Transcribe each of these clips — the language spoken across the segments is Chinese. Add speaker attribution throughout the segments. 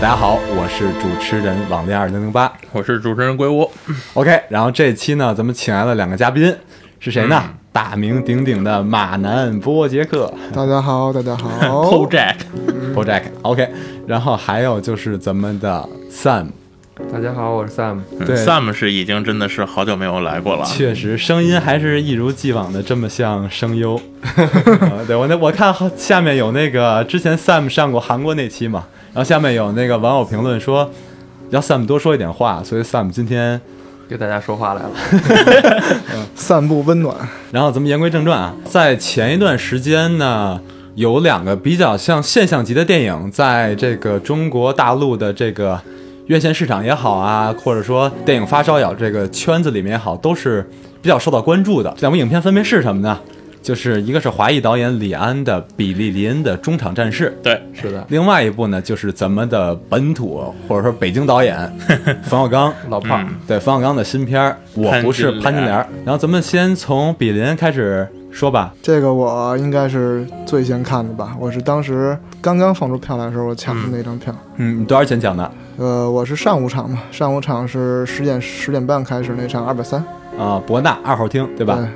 Speaker 1: 大家好，我是主持人网恋二零零八
Speaker 2: 我是主持人鬼屋，
Speaker 1: ，OK。然后这期呢，咱们请来了两个嘉宾，是谁呢？大名鼎鼎的马南波杰克
Speaker 3: 大家好，大家
Speaker 2: o
Speaker 3: 好，
Speaker 2: Jack，
Speaker 1: （Bojack），OK、然后还有就是咱们的 Sam，
Speaker 4: 大家好，我是 Sam。
Speaker 1: 对
Speaker 2: ，Sam 是已经真的是好久没有来过了，
Speaker 1: 确实声音还是一如既往的这么像声优。呃对我那我看好下面有那个之前 Sam 上过韩国那期嘛，然后下面有那个网友评论说要 Sam 多说一点话，所以 Sam 今天
Speaker 4: 给大家说话来了，
Speaker 3: 散步温暖。
Speaker 1: 然后咱们言归正传啊，在前一段时间呢，有两个比较像现象级的电影，在这个中国大陆的这个院线市场也好啊，或者说电影发烧友这个圈子里面也好，都是比较受到关注的。这两部影片分别是什么呢？就是一个是华裔导演李安的《比利林恩的中场战事》，
Speaker 2: 对，
Speaker 4: 是的，
Speaker 1: 另外一部呢就是咱们的本土或者说北京导演 冯小刚
Speaker 4: 老胖，
Speaker 1: 对冯小刚的新片儿《我不是
Speaker 2: 潘
Speaker 1: 潘
Speaker 2: 金
Speaker 1: 金
Speaker 2: 莲
Speaker 1: 莲》，然后咱们先从比林开始说吧。
Speaker 3: 这个我应该是最先看的吧，我是当时刚刚放出票来的时候，我抢的那张票。
Speaker 1: 嗯，你多少钱抢的？
Speaker 3: 呃，我是上午场嘛，上午场是十点十点半开始那场，二百三，
Speaker 1: 啊，博纳二号厅，对
Speaker 3: 对
Speaker 1: 吧？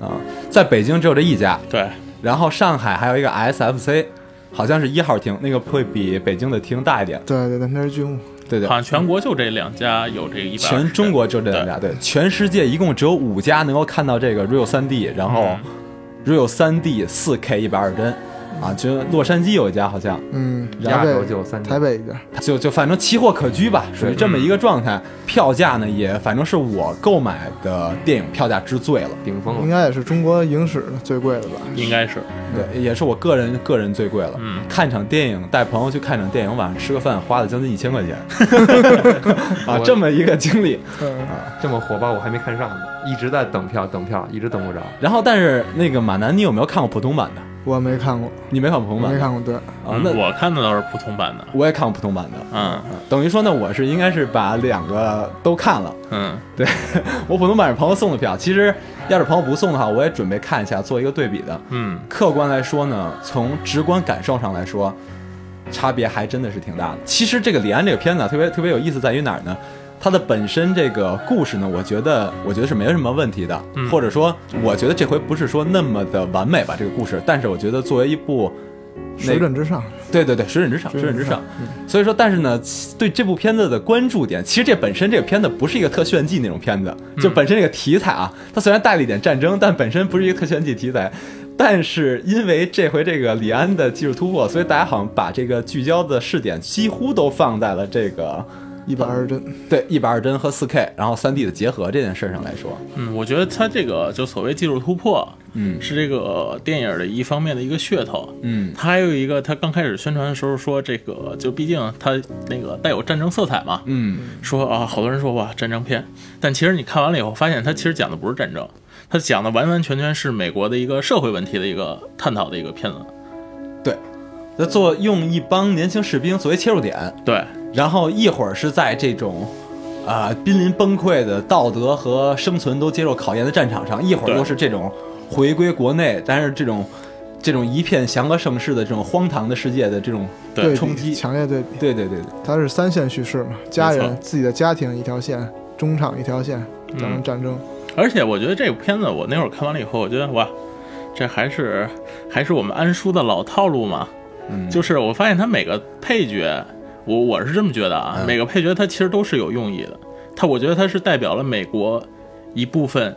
Speaker 1: 啊，在北京只有这一家，
Speaker 2: 对，
Speaker 1: 然后上海还有一个 SFC，好像是一号厅，那个会比北京的厅大一点。
Speaker 3: 对对对，那是剧目。
Speaker 1: 对对
Speaker 2: 好，像全国就这两家有这一百，
Speaker 1: 全中国就这两家，对，全世界一共只有五家能够看到这个 Real 三 D，然后
Speaker 2: 嗯
Speaker 1: Real 三 D 四 K 一百二十帧，啊，就洛杉矶有一家好像。
Speaker 3: 嗯，
Speaker 4: 亚
Speaker 3: 台
Speaker 4: 洲
Speaker 3: 北
Speaker 4: 就有三家
Speaker 3: 台北一家，
Speaker 1: 就就反正奇货可居吧，属于
Speaker 3: 嗯
Speaker 1: 这么一个状态。票价呢，也反正是我购买的电影票价之最了，
Speaker 4: 顶
Speaker 3: 应
Speaker 4: 峰了。
Speaker 3: 该也是中国影史最贵的吧？
Speaker 1: 嗯
Speaker 2: 应该是，
Speaker 1: 对，也是我个人个人最贵了。
Speaker 2: 嗯
Speaker 1: 看场电影，带朋友去看场电影，晚上吃个饭花了将近一千块 钱，啊，这么一个经历。
Speaker 3: 嗯，
Speaker 4: 这么火爆，我还没看上呢，一直在等票，等票，一直等不着。
Speaker 1: 然后，但是那个马南，你有没有看过普通版的？
Speaker 3: 我没看过，
Speaker 1: 你没看过普通
Speaker 3: 我
Speaker 1: 版
Speaker 3: 没
Speaker 1: 的
Speaker 3: 看过，对，
Speaker 1: 啊？那
Speaker 2: 嗯我看的倒是普通版的，
Speaker 1: 我也看过普通版的。
Speaker 2: 嗯
Speaker 1: 等于说呢，我是应该是把两个都看了。
Speaker 2: 嗯，
Speaker 1: 对我普通版是朋友送的票，其实要是朋友不送的话，我也准备看一下，做一个对比的。
Speaker 2: 嗯，
Speaker 1: 客观来说呢，从直观感受上来说，差别还真的是挺大的。其实这个《李安》这个片子啊，特别特别有意思在于哪儿呢？它的本身这个故事呢，我觉得我觉得是没什么问题的，
Speaker 2: 嗯
Speaker 1: 或者说我觉得这回不是说那么的完美吧，这个故事，但是我觉得作为一部
Speaker 3: 水准之上，
Speaker 1: 对对对，水准之上，水
Speaker 3: 水
Speaker 1: 准
Speaker 3: 准
Speaker 1: 之
Speaker 3: 之
Speaker 1: 上嗯
Speaker 3: 上。
Speaker 1: 所以说，但是呢，其对这部片子的关注点，其实这本身这个片子不是一个特炫技那种片子，就本身这个题材啊，它虽然带了一点战争，但本身不是一个特炫技题材。但是因为这回这个李安的技术突破，所以大家好像把这个聚焦的视点几乎都放在了这个
Speaker 3: 一百二十帧，
Speaker 1: 对一百二帧和四 K，然后三 D 的结合这件事上来说，
Speaker 2: 嗯，我觉得它这个就所谓技术突破，
Speaker 1: 嗯
Speaker 2: 是这个电影的一方面的一个噱头。
Speaker 1: 嗯
Speaker 2: 它还有一个，它刚开始宣传的时候说这个，就毕竟它那个带有战争色彩嘛，
Speaker 1: 嗯，
Speaker 2: 说啊，好多人说哇战争片，但其实你看完了以后，发现它其实讲的不是战争，它讲的完完全全是美国的一个社会问题的一个探讨的一个片子。
Speaker 1: 对。那做用一帮年轻士兵作为切入点，
Speaker 2: 对，
Speaker 1: 然后一会儿是在这种，呃，濒临崩溃的道德和生存都接受考验的战场上，一会儿
Speaker 2: 对
Speaker 1: 又是这种回归国内，但是这种这种一片祥和盛世的这种荒唐的世界的这种
Speaker 2: 对
Speaker 3: 对
Speaker 1: 冲击
Speaker 3: 比，强烈对比。
Speaker 1: 对对对对，
Speaker 3: 它是三线叙事嘛，家
Speaker 2: 没
Speaker 3: 人、自己的家庭一条线，中场一条线，咱
Speaker 2: 嗯
Speaker 3: 们战争。
Speaker 2: 而且我觉得这部片子我那会儿看完了以后，我觉得哇，这还是还是我们安叔的老套路嘛，
Speaker 1: 嗯，
Speaker 2: 就是我发现他每个配角，我我是这么觉得啊，
Speaker 1: 嗯
Speaker 2: 每个配角他其实都是有用意的，他我觉得他是代表了美国一部分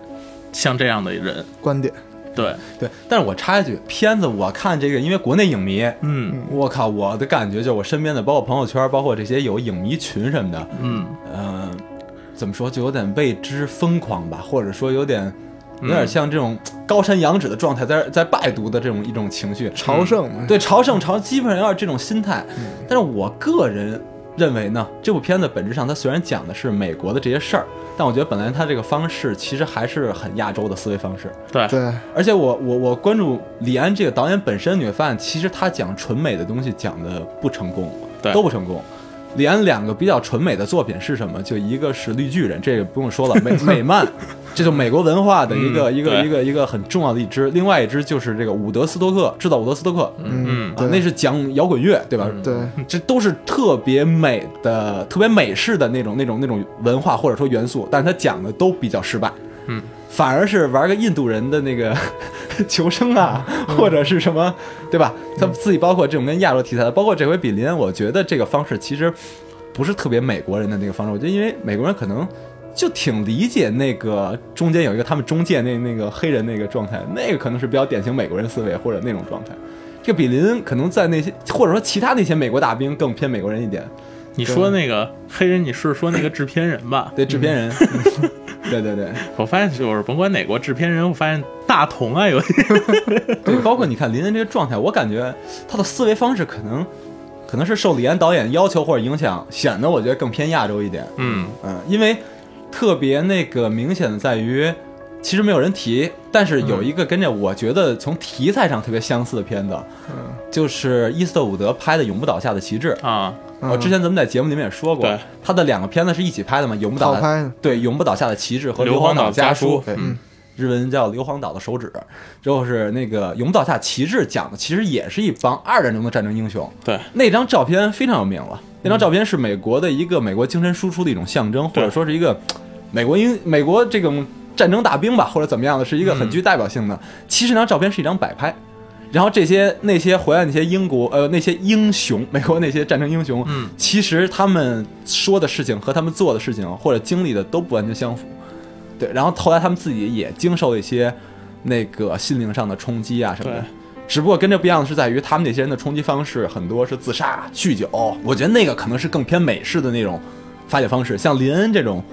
Speaker 2: 像这样的人，
Speaker 3: 观点，
Speaker 2: 对，
Speaker 1: 对。但是我插一句，片子我看这个，因为国内影迷。
Speaker 2: 嗯
Speaker 1: 我靠！我的感觉就是我身边的，包括朋友圈，包括这些有影迷群什么的，
Speaker 2: 嗯，
Speaker 1: 嗯、怎么说，就有点为之疯狂吧，或者说有点，有点像这种高山仰止的状态，在在拜读的这种一种情绪，
Speaker 3: 朝圣嘛，
Speaker 1: 对朝圣朝基本上有点这种心态。但是我个人认为呢，这部片子本质上它虽然讲的是美国的这些事儿，但我觉得本来它这个方式其实还是很亚洲的思维方式。
Speaker 2: 对，
Speaker 3: 对，
Speaker 1: 而且我我我关注李安这个导演本身，你会发现其实他讲纯美的东西讲的不成功，
Speaker 2: 对
Speaker 1: 都不成功。李安两个比较纯美的作品是什么？就一个是《绿巨人》，这个不用说了， 美美漫，这就美国文化的一个、
Speaker 2: 嗯
Speaker 1: 一个
Speaker 2: 对
Speaker 1: 一个一个很重要的一支。另外一支就是这个伍德斯托克，制造伍德斯托克，
Speaker 2: 嗯
Speaker 1: 啊
Speaker 3: 对，
Speaker 1: 那是讲摇滚乐，对吧？
Speaker 4: 嗯
Speaker 3: 对，
Speaker 1: 这都是特别美的、特别美式的那种、那种、那种文化或者说元素，但是他讲的都比较失败。
Speaker 2: 嗯，
Speaker 1: 反而是玩个印度人的那个 求生啊，或者是什么，对吧？他自己包括这种跟亚洲题材的，包括这回比邻，我觉得这个方式其实不是特别美国人的那个方式。我觉得因为美国人可能就挺理解那个中间有一个他们中介那那个黑人那个状态，那个可能是比较典型美国人思维或者那种状态。这个比邻可能在那些或者说其他那些美国大兵更偏美国人一点，
Speaker 2: 你说那个黑人，你是说那个制片人吧？
Speaker 1: 对制片人，
Speaker 2: 嗯
Speaker 1: 对对对。
Speaker 2: 我发现就是甭管哪国制片人，我发现大同啊有点
Speaker 1: 对，包括你看林恩这个状态，我感觉他的思维方式可能可能是受李安导演要求或者影响，显得我觉得更偏亚洲一点。
Speaker 2: 嗯
Speaker 1: 嗯，因为特别那个明显的在于，其实没有人提，但是
Speaker 2: 嗯
Speaker 1: 有一个跟这我觉得从题材上特别相似的片子，
Speaker 3: 嗯
Speaker 1: 就是伊斯特伍德拍的《永不倒下的旗帜》。
Speaker 2: 啊，
Speaker 1: 我、之前咱们在节目里面也说过
Speaker 2: 对，
Speaker 1: 他的两个片子是一起拍的嘛，《永不倒
Speaker 3: 套
Speaker 1: 下》
Speaker 3: 拍的，
Speaker 1: 对《永不倒下的旗帜》和《
Speaker 2: 硫
Speaker 1: 硫
Speaker 2: 磺
Speaker 1: 磺
Speaker 2: 岛
Speaker 1: 岛
Speaker 2: 家
Speaker 1: 家
Speaker 2: 书
Speaker 1: 书》，对，
Speaker 2: 嗯
Speaker 1: 日文叫硫磺岛的手指，就是那个永不倒下旗帜讲的，其实也是一帮二战中的战争英雄。
Speaker 2: 对，
Speaker 1: 那张照片非常有名了，那张照片是美国的一个美国精神输出的一种象征，或
Speaker 2: 对
Speaker 1: 者说是一个嘖美国英美国这种战争大兵吧，或者怎么样的，是一个
Speaker 2: 嗯
Speaker 1: 很具代表性的。其实那张照片是一张摆拍。然后这些那些回来那些英国呃那些英雄，美国那些战争英雄，
Speaker 2: 嗯，
Speaker 1: 其实他们说的事情和他们做的事情或者经历的都不完全相符，对。然后后来他们自己也经受了一些那个心灵上的冲击啊什么的
Speaker 2: 对，
Speaker 1: 只不过跟这不一样的是在于他们那些人的冲击方式很多是自杀、酗酒，我觉得那个可能是更偏美式的那种发泄方式。像林恩这种，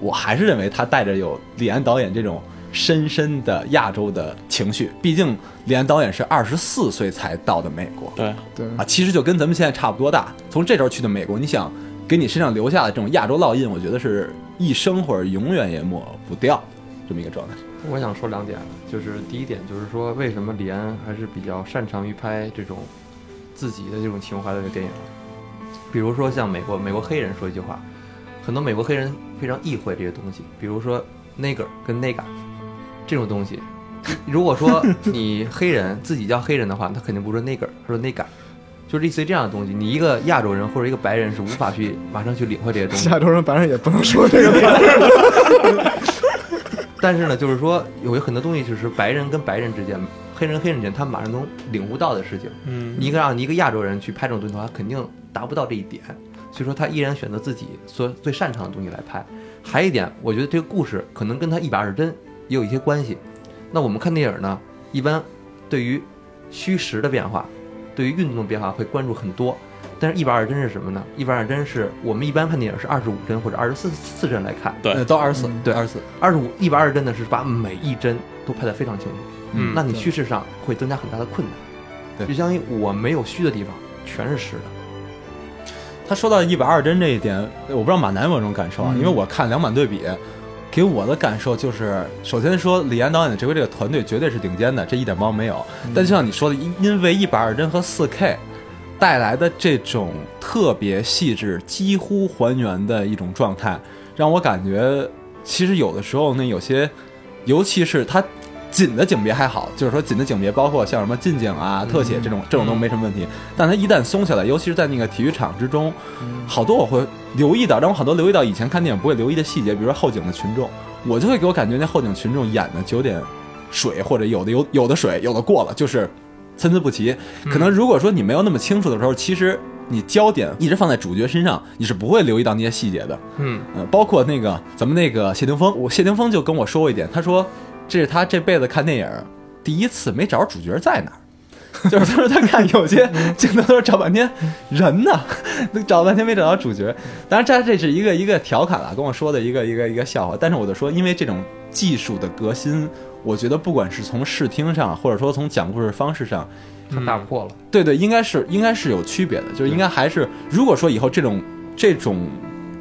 Speaker 1: 我还是认为他带着有李安导演这种深深的亚洲的情绪，毕竟李安导演是二十四岁才到的美国。
Speaker 2: 对，
Speaker 3: 对，
Speaker 1: 啊，其实就跟咱们现在差不多大。从这时候去的美国，你想给你身上留下的这种亚洲烙印，我觉得是一生或者永远也抹不掉的这么一个状态。
Speaker 4: 我想说两点，就是第一点就是说，为什么李安还是比较擅长于拍这种自己的这种情怀的电影，比如说像美国美国黑人说一句话，很多美国黑人非常忌讳这些东西，比如说 nigger 跟 nega 这种东西。如果说你黑人自己叫黑人的话，他肯定不说 nigger，他说 nega，就类似于这样的东西。你一个亚洲人或者一个白人是无法去马上去领会这些东西的。
Speaker 3: 亚洲人反正也不能说这个话，
Speaker 4: 但是呢，就是说有很多东西就是白人跟白人之间，黑人跟黑人之间，他们马上能领悟到的事情。
Speaker 2: 嗯，
Speaker 4: 你一个让你一个亚洲人去拍这种东西的话，肯定达不到这一点。所以说他依然选择自己所最擅长的东西来拍。还有一点，我觉得这个故事可能跟他一百二十帧也有一些关系。那我们看电影呢，一般对于虚实的变化，对于运动的变化会关注很多。但是，一百二十帧是什么呢？一百二十帧是我们一般看电影是二十五帧或者二十四四帧来看。
Speaker 2: 对
Speaker 1: 呃到二十四，
Speaker 4: 对
Speaker 1: 二十四，
Speaker 4: 二十五一百二十帧呢，是把每一帧都拍得非常清楚，
Speaker 2: 嗯
Speaker 4: 那你叙事上会增加很大的困难。
Speaker 1: 对
Speaker 4: 就相当于我没有虚的地方，全是实的。
Speaker 1: 他说到一百二帧这一点，我不知道马南有没有这种感受啊，
Speaker 3: 嗯
Speaker 1: 因为我看两版对比，给我的感受就是，首先说李安导演的这回这个团队绝对是顶尖的，这一点毛病没有。但就像你说的，因因为一百二帧和四 K 带来的这种特别细致、几乎还原的一种状态，让我感觉其实有的时候呢，有些，尤其是它。紧的景别还好，就是说紧的景别，包括像什么近景啊、特写这种，这种都没什么问题。但它一旦松下来，尤其是在那个体育场之中，好多我会留意到，让我好多留意到以前看电影不会留意的细节，比如说后景的群众，我就会给我感觉那后景群众演的就有点水，或者有的有有的水，有的过了，就是参差不齐。可能如果说你没有那么清楚的时候，其实你焦点一直放在主角身上，你是不会留意到那些细节的。
Speaker 2: 嗯
Speaker 1: 呃，包括那个咱们那个谢霆锋，我谢霆锋就跟我说过一点，他说这是他这辈子看电影第一次没找着主角在哪儿。就是他说他看有些镜头都是找半天人呢， 找半天没找到主角。当然这这是一个一个调侃了，跟我说的一个一个一个笑话。但是我就说，因为这种技术的革新，我觉得不管是从视听上，或者说从讲故事方式上，
Speaker 4: 他
Speaker 1: 嗯
Speaker 4: 打破了，
Speaker 1: 对对，应该是应该是有区别的，就是应该还是如果说以后这种这种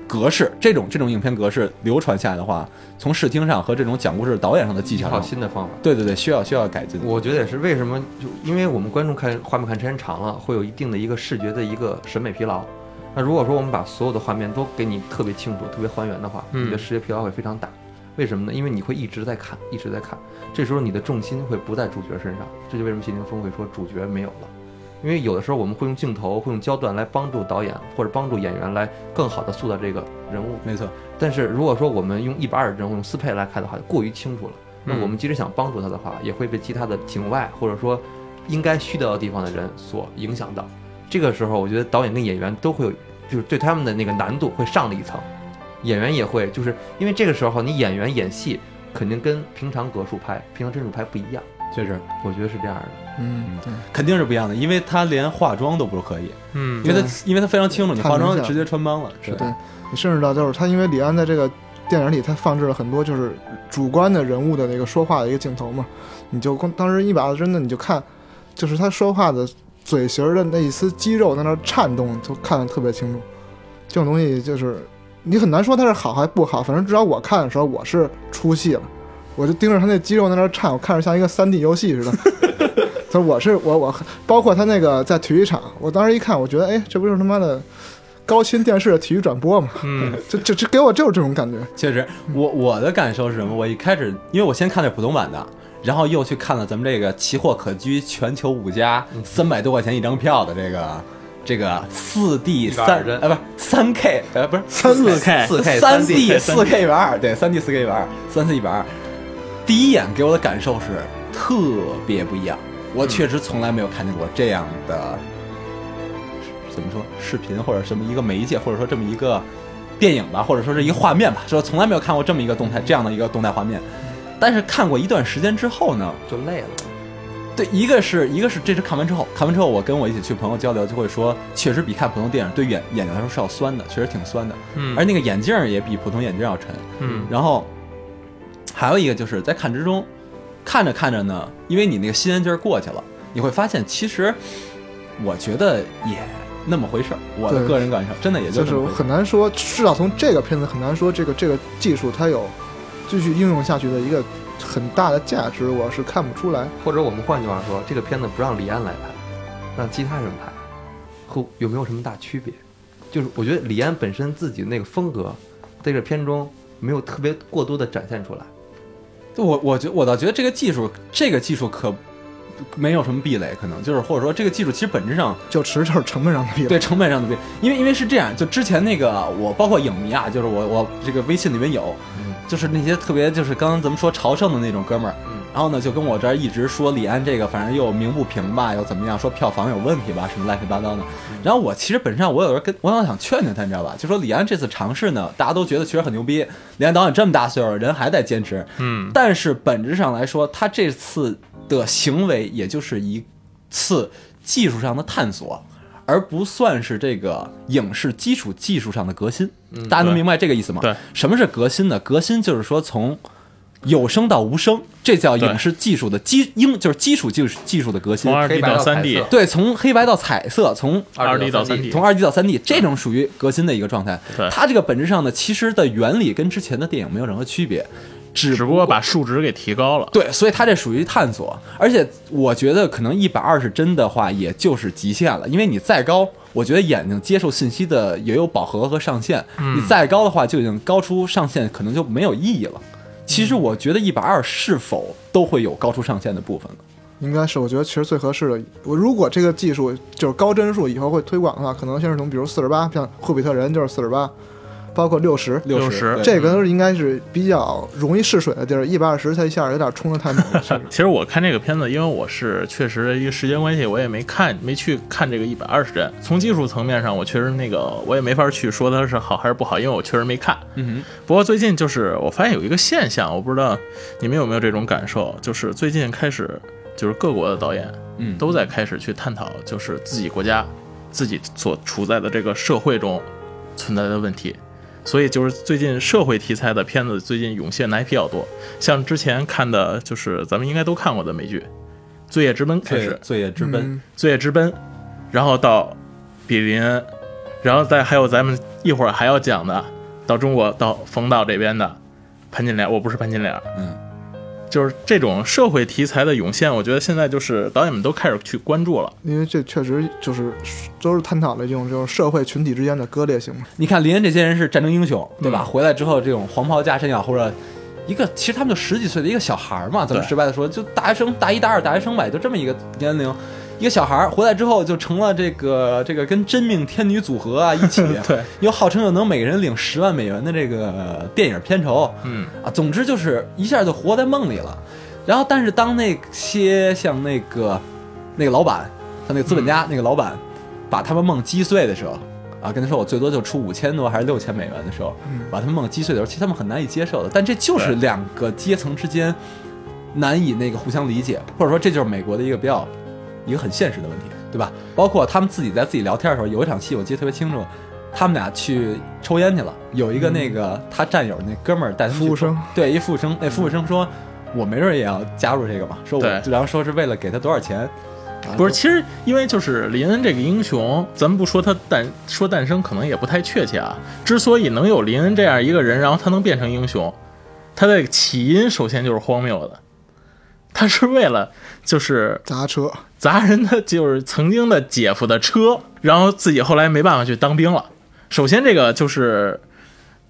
Speaker 1: 格式、这种这种影片格式流传下来的话，从视听上和这种讲故事导演上的技
Speaker 4: 一
Speaker 1: 巧
Speaker 4: 套
Speaker 1: 上，
Speaker 4: 新的方法。
Speaker 1: 对对对，需要需要改进。
Speaker 4: 我觉得也是为什么，就因为我们观众看画面看时间长了，会有一定的一个视觉的一个审美疲劳。那如果说我们把所有的画面都给你特别清楚、特别还原的话，
Speaker 2: 嗯
Speaker 4: 你的视觉疲劳会非常大。为什么呢？因为你会一直在看，一直在看，这时候你的重心会不在主角身上。这就为什么谢霆锋会说主角没有了，因为有的时候我们会用镜头、会用焦段来帮助导演或者帮助演员来更好的塑造这个人物。
Speaker 1: 没错，
Speaker 4: 但是如果说我们用一百二十帧或用四配来看的话，就过于清楚了。那
Speaker 2: 嗯
Speaker 4: 我们即使想帮助他的话，也会被其他的景外或者说应该虚掉的地方的人所影响到。这个时候，我觉得导演跟演员都会有，就是对他们的那个难度会上了一层。演员也会，就是因为这个时候你演员演戏肯定跟平常格数拍、平常帧数拍不一样，
Speaker 1: 确实
Speaker 4: 我觉得是这样的。
Speaker 3: 嗯，对，
Speaker 1: 肯定是不一样的，因为他连化妆都不可以，
Speaker 2: 嗯
Speaker 1: 因为他因为他非常清楚，你
Speaker 3: 看
Speaker 1: 化
Speaker 3: 明
Speaker 1: 妆
Speaker 3: 显
Speaker 1: 直接穿帮了，是
Speaker 3: 对你甚至到就是他，因为李安在这个电影里，他放置了很多就是主观的人物的那个说话的一个镜头嘛，你就光当时一百二十帧的，你就看，就是他说话的嘴型儿的那一丝肌肉在那儿颤动，就看得特别清楚。这种东西就是你很难说它是好还不好，反正至少我看的时候我是出戏了，我就盯着他那肌肉在那儿颤，我看着像一个三 D 游戏似的。所以我是我我包括他那个在体育场，我当时一看，我觉得哎，这不就是他妈的高清电视的体育转播吗？
Speaker 2: 嗯
Speaker 3: 这这这给我就是这种感觉。
Speaker 1: 确实，我我的感受是什么？我一开始，因为我先看了普通版的，然后又去看了咱们这个奇货可居全球五家三百多块钱一张票的这个这个四 D 三
Speaker 4: 120
Speaker 1: 呃不是三 K 呃不是
Speaker 2: 三四 K
Speaker 1: 四
Speaker 4: 4K
Speaker 1: 三 D 四
Speaker 2: 3D
Speaker 1: K 一百二对三 D 四 K 一百二三 D 一百二，第一眼给我的感受是特别不一样，我确实从来没有看见过这样的。怎么说视频或者什么一个媒介，或者说这么一个电影吧，或者说是一个画面吧，说从来没有看过这么一个动态这样的一个动态画面。但是看过一段时间之后呢，
Speaker 4: 就累了。
Speaker 1: 对，一个是一个是这是看完之后，看完之后我跟我一起去朋友交流，就会说，确实比看普通电影对眼眼睛来说是要酸的，确实挺酸的。
Speaker 2: 嗯，
Speaker 1: 而那个眼镜儿也比普通眼镜儿要沉。
Speaker 2: 嗯
Speaker 1: 然后还有一个就是在看之中，看着看着呢，因为你那个新鲜劲儿过去了，你会发现其实我觉得也那么回事儿。我的
Speaker 3: 对
Speaker 1: 个人感受真的也
Speaker 3: 就
Speaker 1: 这
Speaker 3: 是
Speaker 1: 么回事儿
Speaker 3: 很难说，至少从这个片子很难说这个这个技术它有继续应用下去的一个很大的价值，我是看不出来。
Speaker 4: 或者我们换句话说，这个片子不让李安来拍，让其他人拍，后有没有什么大区别？就是我觉得李安本身自己那个风格，在这片中没有特别过多的展现出来。
Speaker 1: 我我觉我倒觉得这个技术，这个技术可没有什么壁垒，可能就是或者说这个技术其实本质上
Speaker 3: 就只是就是成本上的比例，
Speaker 1: 对成本上的壁垒，因为因为是这样，就之前那个我包括影迷啊，就是我我这个微信里面有，就是那些特别就是刚刚咱们说朝圣的那种哥们儿，
Speaker 4: 嗯，
Speaker 1: 然后呢就跟我这儿一直说李安这个反正又鸣不平吧，又怎么样，说票房有问题吧，什么乱七八糟的。然后我其实本身上我有时候跟我想想劝劝他，你知道吧？就说李安这次尝试呢，大家都觉得确实很牛逼，李安导演这么大岁数了，人还在坚持，
Speaker 2: 嗯
Speaker 1: 但是本质上来说，他这次的行为也就是一次技术上的探索，而不算是这个影视基础技术上的革新。大家能
Speaker 2: 对
Speaker 1: 明白这个意思吗？
Speaker 2: 嗯对，
Speaker 1: 什么是革新呢？革新就是说从有声到无声，这叫
Speaker 2: 对
Speaker 1: 影视技术的基应，就是基础技术技术的革新
Speaker 2: 从。二嗯 D 到三 D，
Speaker 4: 黑白到彩
Speaker 1: 对，从黑白到彩色，从
Speaker 2: 二 D 到三
Speaker 4: D
Speaker 1: 从二 D 到三 D，这种属于革新的一个状态
Speaker 2: 对。
Speaker 1: 它这个本质上呢，其实的原理跟之前的电影没有任何区别，只
Speaker 2: 只不过把数值给提高了。
Speaker 1: 对，所以它这属于探索，而且我觉得可能一百二十帧的话，也就是极限了，因为你再高，我觉得眼睛接受信息的也有饱和和上限，
Speaker 3: 嗯
Speaker 1: 你再高的话就已经高出上限，可能就没有意义了。其实我觉得一百二是否都会有高出上限的部分了
Speaker 3: 应该是我觉得其实最合适的。我如果这个技术就是高帧数以后会推广的话，可能先是从比如四十八，像《霍比特人》就是四十八，包括六十。
Speaker 1: 60，
Speaker 2: 60
Speaker 1: 对
Speaker 3: 这个都是应该是比较容易试水的地儿，一百二十它一下有点冲的太猛了，确实
Speaker 2: 其实我看这个片子，因为我是确实一个时间关系，我也没看，没去看这个一百二十帧。从技术层面上，我确实那个我也没法去说它是好还是不好，因为我确实没看。
Speaker 1: 嗯
Speaker 2: 不过最近就是我发现有一个现象，我不知道你们有没有这种感受，就是最近开始就是各国的导演
Speaker 1: 哼嗯，
Speaker 2: 都在开始去探讨，就是自己国家自己所处在的这个社会中存在的问题。所以就是最近社会题材的片子最近涌现的还比较多，像之前看的就是咱们应该都看过的美剧《罪业之奔》开
Speaker 1: 罪
Speaker 2: 始，
Speaker 1: 业
Speaker 2: 《
Speaker 1: 罪业之奔，
Speaker 3: 嗯
Speaker 2: 罪业之奔》，然后到比林恩，然后再还有咱们一会儿还要讲的，到中国到冯导这边的潘金莲，我不是潘金莲，啊
Speaker 1: 嗯，
Speaker 2: 就是这种社会题材的涌现，我觉得现在就是导演们都开始去关注了。
Speaker 3: 因为这确实就是都是探讨了这种就是社会群体之间的割裂性嘛。
Speaker 1: 你看林恩这些人是战争英雄，对吧？
Speaker 2: 嗯
Speaker 1: 回来之后这种黄袍加身也好，啊或者一个其实他们就十几岁的一个小孩儿嘛，咱们
Speaker 2: 对，
Speaker 1: 直白的说，就大学生、大一、大二、大学生吧，也就这么一个年龄。一个小孩儿回来之后就成了这个这个跟真命天女组合啊一起
Speaker 2: 对，
Speaker 1: 又号称又能每个人领十万美元的这个呃电影片酬，
Speaker 2: 嗯，
Speaker 1: 啊，总之就是一下就活在梦里了。然后，但是当那些像那个那个老板，像那个资本家、那个老板，把他们梦击碎的时候，啊，跟他说我最多就出五千多还是六千美元的时候，把他们梦击碎的时候，其实他们很难以接受的。但这就是
Speaker 2: 对
Speaker 1: 两个阶层之间难以那个互相理解，或者说这就是美国的一个比较一个很现实的问题，对吧？包括他们自己在自己聊天的时候，有一场戏我记得特别清楚，他们俩去抽烟去了，有一个那个他战友那哥们儿带他们去
Speaker 3: 服务
Speaker 1: 抽
Speaker 3: 生，
Speaker 1: 对，一服务生，那服务生说。我没准儿也要加入这个嘛，说我，
Speaker 2: 对
Speaker 1: 然后说是为了给他多少钱，
Speaker 2: 不是，其实因为就是林恩这个英雄，咱们不说他诞说诞生可能也不太确切啊。之所以能有林恩这样一个人，然后他能变成英雄，他的起因首先就是荒谬的，他是为了就是
Speaker 3: 砸车，
Speaker 2: 砸人的就是曾经的姐夫的车，然后自己后来没办法去当兵了。首先，这个就是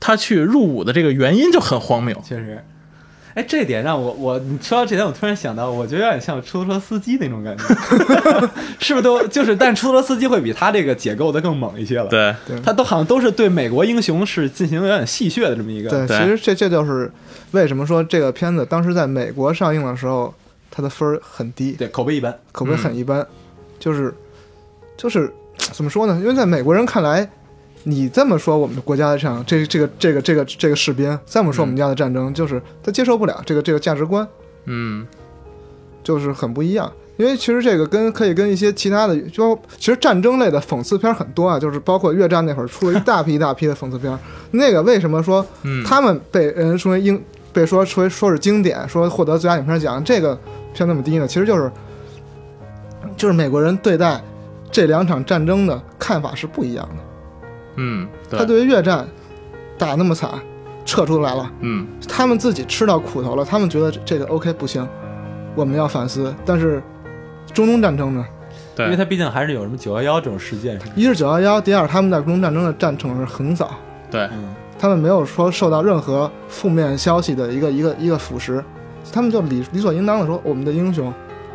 Speaker 2: 他去入伍的这个原因就很荒谬。
Speaker 1: 确实。哎，这点让我我你说到这点，我突然想到，我觉得有点像出租车司机那种 感觉，是不是都就是？但是出租车司机会比他这个解构的更猛一些了。，
Speaker 2: 对，
Speaker 1: 他都好像都是对美国英雄是进行有点戏谑的这么一个。
Speaker 3: 对，
Speaker 2: 对
Speaker 3: 其实这这就是为什么说这个片子当时在美国上映的时候，它的分儿很低，
Speaker 1: 对，口碑一般。
Speaker 3: 口碑很一般，就是就是怎么说呢？因为在美国人看来，你这么说我们国家的这样这这个这个这个这个士兵，这么说我们家的战争，就是他接受不了这个这个价值观，
Speaker 2: 嗯，
Speaker 3: 就是很不一样。因为其实这个跟可以跟一些其他的，就其实战争类的讽刺片儿很多啊，就是包括越战那会儿出了一大批一大批的讽刺片儿。那个为什么说
Speaker 2: 嗯
Speaker 3: 他们被人说英被说说说是经典，说获得最佳影片奖，这个片那么低呢？其实就是就是美国人对待这两场战争的看法是不一样的。
Speaker 2: 嗯，
Speaker 3: 他对于越战打那么惨，撤出来了，
Speaker 2: 嗯
Speaker 3: 他们自己吃到苦头了，他们觉得这这个 OK 不行，我们要反思。但是中东战争呢？
Speaker 2: 对，
Speaker 1: 因为他毕竟还是有什么九幺幺这种事件。
Speaker 3: 一是九幺幺，第二他们在中东战争的战场是横扫，
Speaker 2: 对
Speaker 1: 嗯，
Speaker 3: 他们没有说受到任何负面消息的一个一个一个腐蚀，他们就理理所应当的说，我们的英雄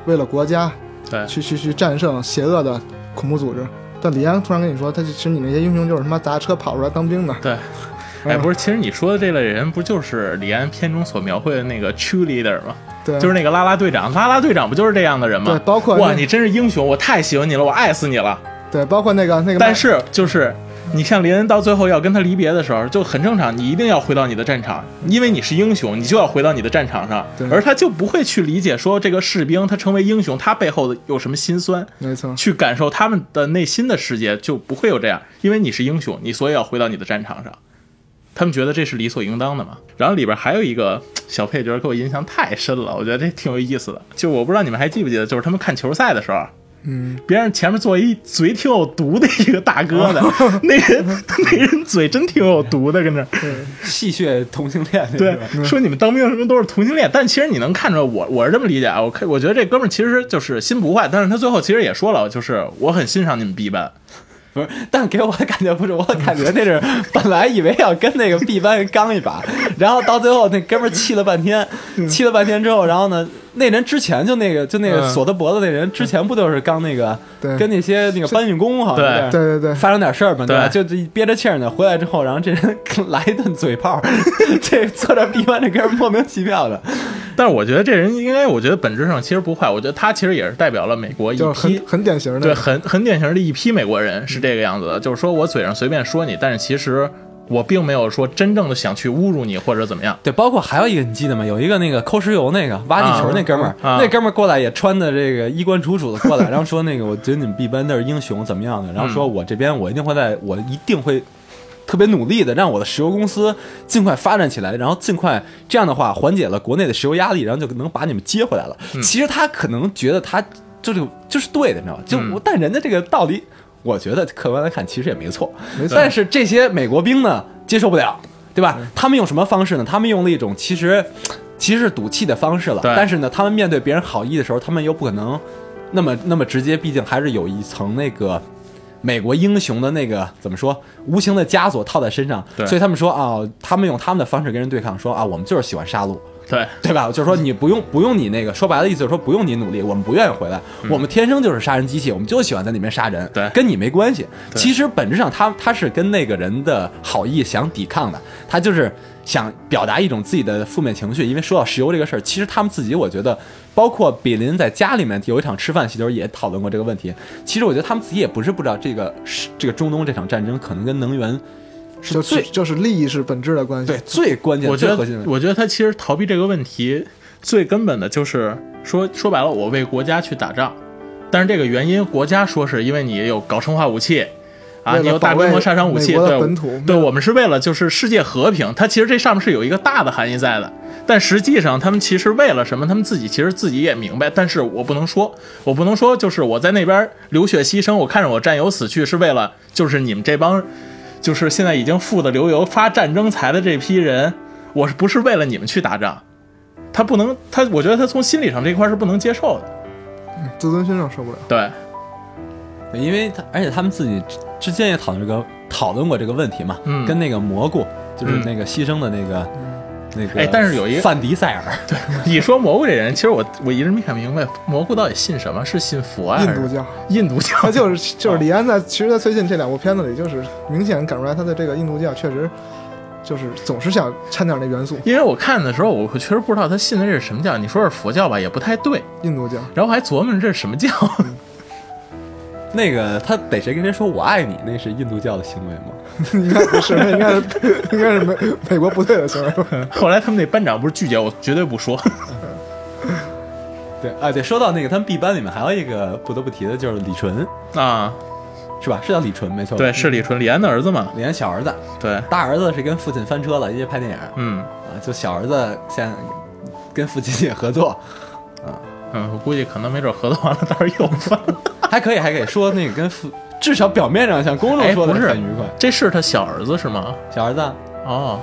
Speaker 3: 为了国家
Speaker 2: 对
Speaker 3: 去去去战胜邪恶的恐怖组织。但李安突然跟你说，他其实你那些英雄就是他妈砸车跑出来当兵的，
Speaker 2: 对。哎，不是，其实你说的这类人，不就是李安片中所描绘的那个 true leader 吗？
Speaker 3: 对，啊
Speaker 2: 就是那个拉拉队长，拉拉队长不就是这样的人
Speaker 3: 嗯对
Speaker 2: 吗，？
Speaker 3: 包括
Speaker 2: 哇，
Speaker 3: 那
Speaker 2: 你真是英雄，我太喜欢你了，我爱死你了。
Speaker 3: 对，包括那个那个，
Speaker 2: 但是就是你像林恩到最后要跟他离别的时候，就很正常，你一定要回到你的战场，因为你是英雄，你就要回到你的战场上
Speaker 3: 对。
Speaker 2: 而他就不会去理解说这个士兵他成为英雄，他背后的有什么辛酸，
Speaker 3: 没错，
Speaker 2: 去感受他们的内心的世界，就不会有这样，因为你是英雄，你所以要回到你的战场上。他们觉得这是理所应当的嘛。然后里边还有一个小配角给我印象太深了，我觉得这挺有意思的。就我不知道你们还记不记得，就是他们看球赛的时候，
Speaker 3: 嗯，
Speaker 2: 别人前面坐一嘴挺有毒的一个大哥 的，那人那人嘴真挺有毒的，跟 那儿
Speaker 1: 戏谑同性恋。
Speaker 2: 对
Speaker 1: 吧
Speaker 2: 说你们当兵什么都是同性恋，但其实你能看出来，我我是这么理解啊，我看我觉得这哥们儿其实就是心不坏，但是他最后其实也说了，就是我很欣赏你们 B 班，
Speaker 1: 不是，但给我的感觉不是，我感觉那是本来以为要跟那个 B 班刚一把，然后到最后那哥们儿气了半天，气了半天之后，然后呢，那人之前就那个就那个
Speaker 2: 嗯
Speaker 1: 锁他脖子那人之前不就是刚那个
Speaker 3: 对
Speaker 1: 跟那些那个搬运工好像
Speaker 2: 对
Speaker 1: 有点
Speaker 3: 对对对，
Speaker 1: 发生点事儿嘛，吧？
Speaker 2: 对
Speaker 1: 就这憋着气儿呢，回来之后，然后这人来一顿嘴炮，这坐这 B 班这哥们儿莫名其妙的，
Speaker 2: 但是我觉得这人应该，我觉得本质上其实不坏，我觉得他其实也是代表了美国一
Speaker 3: 就是
Speaker 2: 批
Speaker 3: 很很典型的，
Speaker 2: 对，很很典型的一批美国人
Speaker 3: 嗯
Speaker 2: 是这个样子的，就是说我嘴上随便说你，但是其实我并没有说真正的想去侮辱你或者怎么样。
Speaker 1: 对，包括还有一个你记得吗？有一个那个抠石油那个挖地球那哥们儿，
Speaker 2: 啊啊
Speaker 1: 那哥们儿过来也穿的这个衣冠楚楚的过来，然后说那个我觉得你们 B 班都是英雄怎么样的，然后说
Speaker 2: 嗯
Speaker 1: 我这边我一定会在我一定会特别努力的让我的石油公司尽快发展起来，然后尽快这样的话缓解了国内的石油压力，然后就能把你们接回来了。其实他可能觉得他就是就是对的，你知道吗？就我、
Speaker 2: 嗯
Speaker 1: 但人家这个道理，我觉得客观来看其实也没错，
Speaker 3: 没错
Speaker 1: 但是这些美国兵呢接受不了，对吧？他们用什么方式呢？他们用了一种其实。其实是赌气的方式了。
Speaker 2: 对
Speaker 1: 但是呢，他们面对别人好意的时候，他们又不可能那么那么直接，毕竟还是有一层那个美国英雄的那个怎么说无形的枷锁套在身上。
Speaker 2: 对
Speaker 1: 所以他们说啊，他们用他们的方式跟人对抗，说啊，我们就是喜欢杀戮。
Speaker 2: 对
Speaker 1: 对吧？就是说你不用不用你那个，说白了意思就是说不用你努力，我们不愿意回来，我们天生就是杀人机器，我们就喜欢在里面杀人，
Speaker 2: 嗯对
Speaker 1: 跟你没关系。
Speaker 2: 对
Speaker 1: 其实本质上他他是跟那个人的好意想抵抗的，他就是想表达一种自己的负面情绪。因为说到石油这个事儿，其实他们自己我觉得，包括比林在家里面有一场吃饭戏的时候也讨论过这个问题。其实我觉得他们自己也不是不知道这个是这个中东这场战争可能跟能源是
Speaker 3: 就
Speaker 1: 最
Speaker 3: 是就是利益是本质的关系。
Speaker 1: 对最关键、
Speaker 2: 我觉
Speaker 1: 最核心
Speaker 2: 得
Speaker 1: 的，。
Speaker 2: 我觉得他其实逃避这个问题最根本的就是说，说白了，我为国家去打仗，但是这个原因，国家说是因为你有搞生化武器。啊，
Speaker 3: 为了
Speaker 2: 你有大规模杀伤武器，
Speaker 3: 保卫美国的
Speaker 2: 对
Speaker 3: 本土
Speaker 2: 对，我们是为了就是世界和平。它其实这上面是有一个大的含义在的，但实际上他们其实为了什么？他们自己其实自己也明白，但是我不能说，我不能说，就是我在那边流血牺牲，我看着我战友死去，是为了就是你们这帮就是现在已经富得流油、发战争财的这批人，我是不是为了你们去打仗？他不能，他我觉得他从心理上这一块是不能接受的。
Speaker 3: 嗯自尊心上受不了。
Speaker 2: 对，
Speaker 1: 对，因为他而且他们自己之之间也讨论这个讨论过这个问题嘛，
Speaker 2: 嗯
Speaker 1: 跟那个蘑菇就是
Speaker 2: 嗯
Speaker 1: 那个牺牲的那个、那个，
Speaker 2: 哎但是有一个
Speaker 1: 范迪塞尔，
Speaker 2: 你说蘑菇这人，其实我我一直没看明白，蘑菇到底信什么？是信佛呀、
Speaker 3: 印
Speaker 2: 还是
Speaker 3: 度教，
Speaker 2: 印度教，
Speaker 3: 他就是就是李安在，其实，在最近这两部片子里，就是明显感出来他的这个印度教确实就是总是想掺点那元素。
Speaker 2: 因为我看的时候，我我确实不知道他信的这是什么教。你说是佛教吧，也不太对。
Speaker 3: 印度教，
Speaker 2: 然后还琢磨着这是什么教，
Speaker 1: 那个他逮谁跟谁说我爱你，那是印度教的行为吗？
Speaker 3: 应该不是，那应该是应该是美美国部队的行为。
Speaker 2: 后来他们那班长不是拒绝我，绝对不说。
Speaker 1: 对啊，对，说到那个他们 B 班里面还有一个不得不提的就是李纯，
Speaker 2: 啊，
Speaker 1: 是吧？是叫李纯没错，
Speaker 2: 对，，是李纯，李安的儿子嘛。
Speaker 1: 李安小儿子，
Speaker 2: 对，
Speaker 1: 大儿子是跟父亲翻车了，因为拍电影
Speaker 2: 嗯
Speaker 1: 啊，就小儿子现在跟父亲也合作，
Speaker 2: 嗯，我估计可能没准合作完了，到时候又翻。
Speaker 1: 还可以还可以说那个跟父。至少表面上像公众
Speaker 2: 哎
Speaker 1: 说的
Speaker 2: 不是
Speaker 1: 很愉快，
Speaker 2: 这是他小儿子是吗？
Speaker 1: 小儿子啊
Speaker 2: 哦，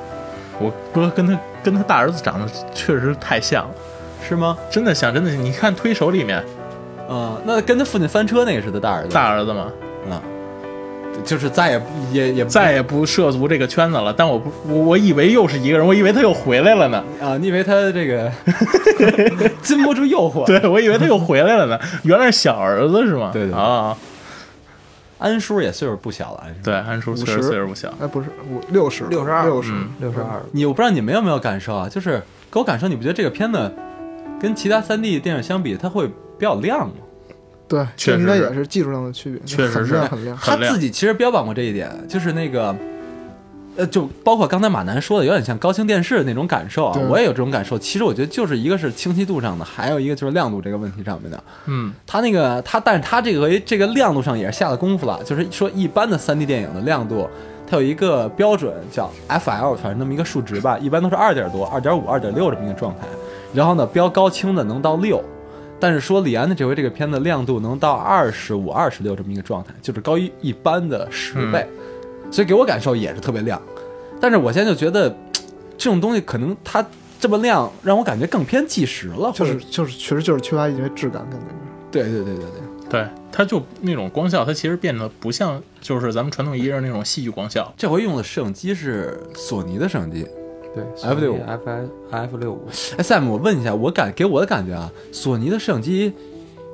Speaker 2: 我哥跟他跟他大儿子长得确实太像了，
Speaker 1: 是吗？
Speaker 2: 真的像，真的。你看《推手》里面
Speaker 1: 嗯，那跟他父亲翻车那个是他大儿子，
Speaker 2: 大儿子嘛，
Speaker 1: 啊，就是再也也也不
Speaker 2: 再也不涉足这个圈子了。但我不，我我以为又是一个人，我以为他又回来了呢。
Speaker 1: 啊，你以为他这 个禁不住诱惑？，
Speaker 2: 对，我以为他又回来了呢，原来是小儿子是吗？
Speaker 1: 对对对
Speaker 2: 啊，
Speaker 1: 安叔也岁数不小了，安叔。
Speaker 2: 对，安叔确实
Speaker 3: 50
Speaker 2: 岁数不小，
Speaker 3: 哎，不是五六十，六十二，六十
Speaker 2: 嗯，
Speaker 4: 六十二，
Speaker 1: 你我不知道你们有没有感受啊，就是给我感受，你不觉得这个片子跟其他三 D 电影相比，它会比较亮吗？
Speaker 3: 对，
Speaker 2: 确
Speaker 3: 这
Speaker 2: 实
Speaker 3: 应该也
Speaker 2: 是
Speaker 3: 是技术上的区别，
Speaker 2: 确实
Speaker 3: 很
Speaker 2: 是
Speaker 3: 亮 很亮。
Speaker 1: 他
Speaker 2: 很亮
Speaker 1: 自己其实标榜过这一点，就是那个。呃，就包括刚才马楠说的，有点像高清电视那种感受啊
Speaker 3: 对，
Speaker 1: 我也有这种感受。其实我觉得就是一个是清晰度上的，还有一个就是亮度这个问题上面的。
Speaker 2: 嗯，
Speaker 1: 它那个它，但是它这个这个亮度上也是下了功夫了。就是说，一般的 3D 电影的亮度，它有一个标准叫 FL，反正那么一个数值吧，一般都是二点多、二点五、二点六这么一个状态。然后呢，标高清的能到六，但是说李安的这回这个片子亮度能到二十五、二十六这么一个状态，就是高于一般的十倍，
Speaker 3: 嗯
Speaker 1: 所以给我感受也是特别亮。但是我现在就觉得，这种东西可能它这么亮，让我感觉更偏纪实了，或
Speaker 3: 就是
Speaker 1: 者
Speaker 3: 就是，确实就是缺乏一些质感，感觉是
Speaker 1: 对对对对对。
Speaker 2: 对，他就那种光效，他其实变得不像就是咱们传统意义上那种戏剧光效，
Speaker 1: 这回用的摄影机是索尼的摄影机。
Speaker 4: 对
Speaker 1: F 六五
Speaker 4: F I F 六五，
Speaker 1: 哎，Sam，我问一下，我感给我的感觉啊，索尼的摄影机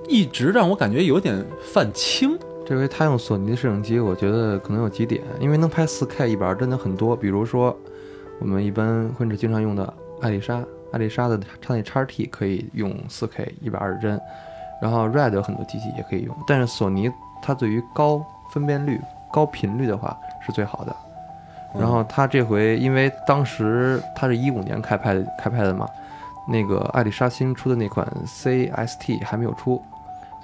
Speaker 1: 一直让我感觉有点泛青。
Speaker 4: 这回他用索尼的摄影机，我觉得可能有几点，因为能拍4 K 一百真的很多，比如说我们一般混着经常用的艾丽莎，艾丽莎的它那叉 T 可以用4 K 一百二十帧，然后 Red 有很多机器也可以用，但是索尼它对于高分辨率、高频率的话是最好的。然后它这回因为当时它是一五年开拍的开拍的嘛，那个艾丽莎新出的那款 CST 还没有出，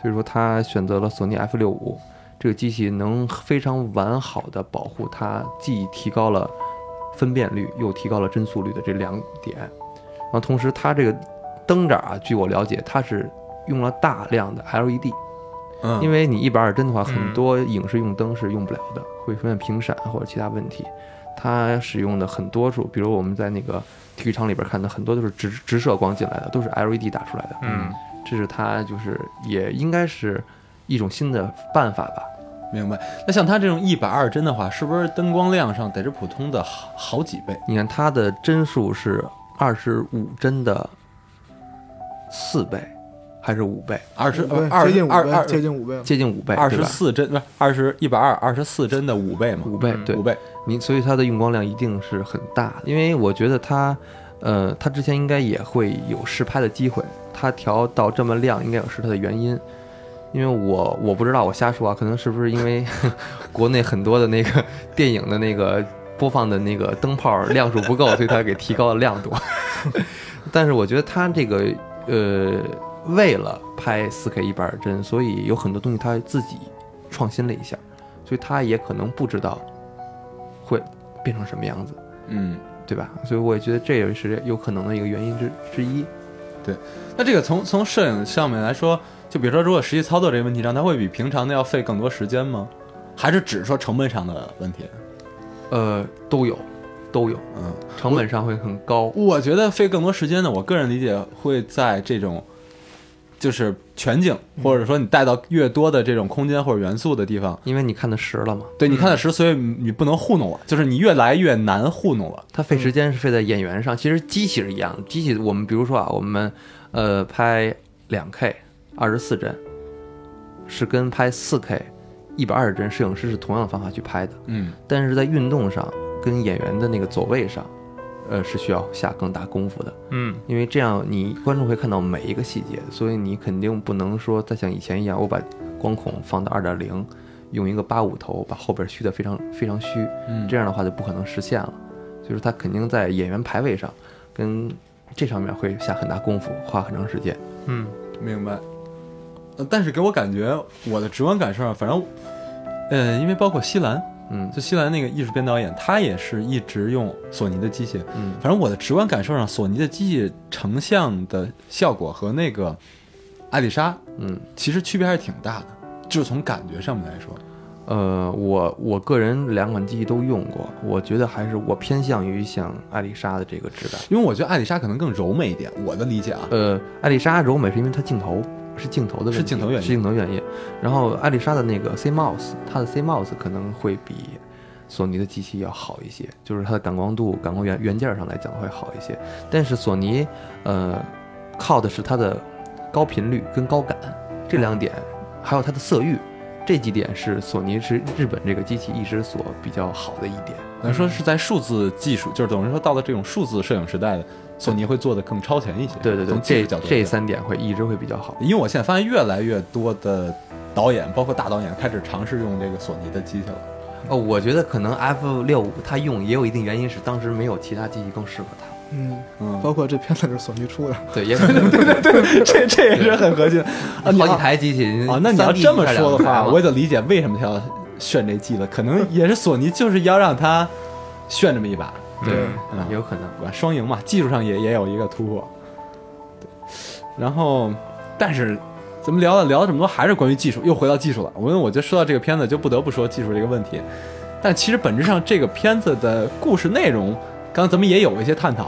Speaker 4: 所以说他选择了索尼 F 6 5这个机器，能非常完好的保护它，既提高了分辨率，又提高了帧速率的这两点。然后同时，它这个灯盏啊，据我了解，它是用了大量的 E LED，
Speaker 1: 嗯，
Speaker 4: 因为你一百二十帧的话，
Speaker 2: 嗯
Speaker 1: 嗯
Speaker 4: 很多影视用灯是用不了的，会出现屏闪或者其他问题。它使用的很多处，比如我们在那个体育场里边看的很多都是直直射光进来的，都是 LED 打出来的。
Speaker 2: 嗯，
Speaker 4: 这是它就是也应该是一种新的办法吧。
Speaker 1: 明白。那像它这种一百二帧的话，是不是灯光量上得是普通的好好几倍？
Speaker 4: 你看它的帧数是二十五帧的四倍还是五倍？
Speaker 1: 二十
Speaker 3: 五
Speaker 1: 呃
Speaker 3: 倍
Speaker 1: 二
Speaker 3: 接近五
Speaker 1: 二
Speaker 3: 倍，
Speaker 1: 二
Speaker 3: 接近五倍。
Speaker 4: 接近五倍，
Speaker 1: 二
Speaker 4: 对
Speaker 1: 十
Speaker 4: 吧
Speaker 1: 四帧不是二十一百二二十四帧的五倍嘛？
Speaker 4: 五倍，对
Speaker 1: 嗯五，倍。
Speaker 4: 你所以它的用光量一定是很大的，因为我觉得它，呃，它之前应该也会有试拍的机会，它调到这么亮，应该有是它的原因。因为我我不知道，我瞎说啊，可能是不是因为 国内很多的那个电影的那个播放的那个灯泡亮数不够，所以它给提高了亮度。 但是我觉得它这个呃，为了拍 4K 一百二帧，所以有很多东西它自己创新了一下，所以它也可能不知道会变成什么样子，
Speaker 1: 嗯，
Speaker 4: 对吧？所以我也觉得这也是有可能的一个原因之之一。
Speaker 1: 那这个从从摄影上面来说，就比如说，如果实际操作这个问题上，它会比平常的要费更多时间吗？还是只是说成本上的问题？
Speaker 4: 呃，都有，都有，
Speaker 1: 嗯，
Speaker 4: 成本上会很高。
Speaker 1: 我觉得费更多时间呢，我个人理解会在这种就是全景，或者说你带到越多的这种空间或者元素的地方。
Speaker 4: 因为你看它实了嘛，
Speaker 1: 对，你看的
Speaker 4: 嗯
Speaker 1: 实，所以你不能糊弄我，就是你越来越难糊弄了。
Speaker 4: 它费时间是费在演员上。其实机器是一样的，机器我们比如说啊，我们呃拍两 K 二十四帧，是跟拍四 K 一百二十帧，摄影师是同样的方法去拍的，
Speaker 1: 嗯，
Speaker 4: 但是在运动上跟演员的那个走位上，呃是需要下更大功夫的。
Speaker 2: 嗯
Speaker 4: 因为这样你观众会看到每一个细节，所以你肯定不能说再像以前一样，我把光孔放到二点零，用一个八五头把后边虚的非常非常虚，
Speaker 1: 嗯
Speaker 4: 这样的话就不可能实现了。就是他肯定在演员排位上跟这上面会下很大功夫，花很长时间。
Speaker 2: 嗯
Speaker 1: 明白。呃但是给我感觉，我的直观感受啊，反正，呃，因为包括西兰，
Speaker 4: 嗯
Speaker 1: 就西兰那个艺术编导演，他也是一直用索尼的机器。
Speaker 4: 嗯
Speaker 1: 反正我的直观感受上，索尼的机器成像的效果和那个艾丽莎
Speaker 4: 嗯，
Speaker 1: 其实区别还是挺大的，就是从感觉上面来说，
Speaker 4: 呃，我我个人两款机器都用过，我觉得还是我偏向于像艾丽莎的这个质感。
Speaker 1: 因为我觉得艾丽莎可能更柔美一点，我的理解啊。
Speaker 4: 呃，艾丽莎柔美是因为它镜头是镜头的问题，
Speaker 1: 是镜头原因
Speaker 4: 是镜头原因。然后艾丽莎的那个 C Mouse，它的 C Mouse 可能会比索尼的机器要好一些，就是它的感光度、感光元元件上来讲会好一些。但是索尼，呃，靠的是它的高频率跟高感这两点，还有它的色域。这几点是索尼是日本这个机器一直所比较好的一点，
Speaker 1: 咱说是在数字技术，就是等于说到了这种数字摄影时代的，索尼会做的更超前一些。
Speaker 4: 对对对
Speaker 1: 从，技
Speaker 4: 这
Speaker 1: 术角度来
Speaker 4: 这
Speaker 1: 讲
Speaker 4: 三点会一直会比较好。
Speaker 1: 因为我现在发现越来越多的导演，包括大导演，开始尝试用这个索尼的机器了。
Speaker 4: 哦，我觉得可能 F 六五它用也有一定原因是当时没有其他机器更适合它，
Speaker 3: 嗯，
Speaker 1: 嗯，
Speaker 3: 包括这片子是索尼出的，
Speaker 4: 对，也可能
Speaker 1: 这 这也是很核心啊！你
Speaker 4: 好
Speaker 1: 要
Speaker 4: 几台机器
Speaker 1: 啊，那你要这么说的话，我也
Speaker 4: 也
Speaker 1: 得理解为什么他要炫这技了，可能也是索尼就是要让他炫这么一把，
Speaker 4: 对
Speaker 1: 嗯，
Speaker 4: 有可能，
Speaker 1: 对吧？双赢嘛，技术上也也有一个突破。对，然后，但是咱们聊了聊了这么多，还是关于技术，又回到技术了。我们我觉得说到这个片子，就不得不说技术这个问题。但其实本质上，这个片子的故事内容，刚刚咱们也有一些探讨。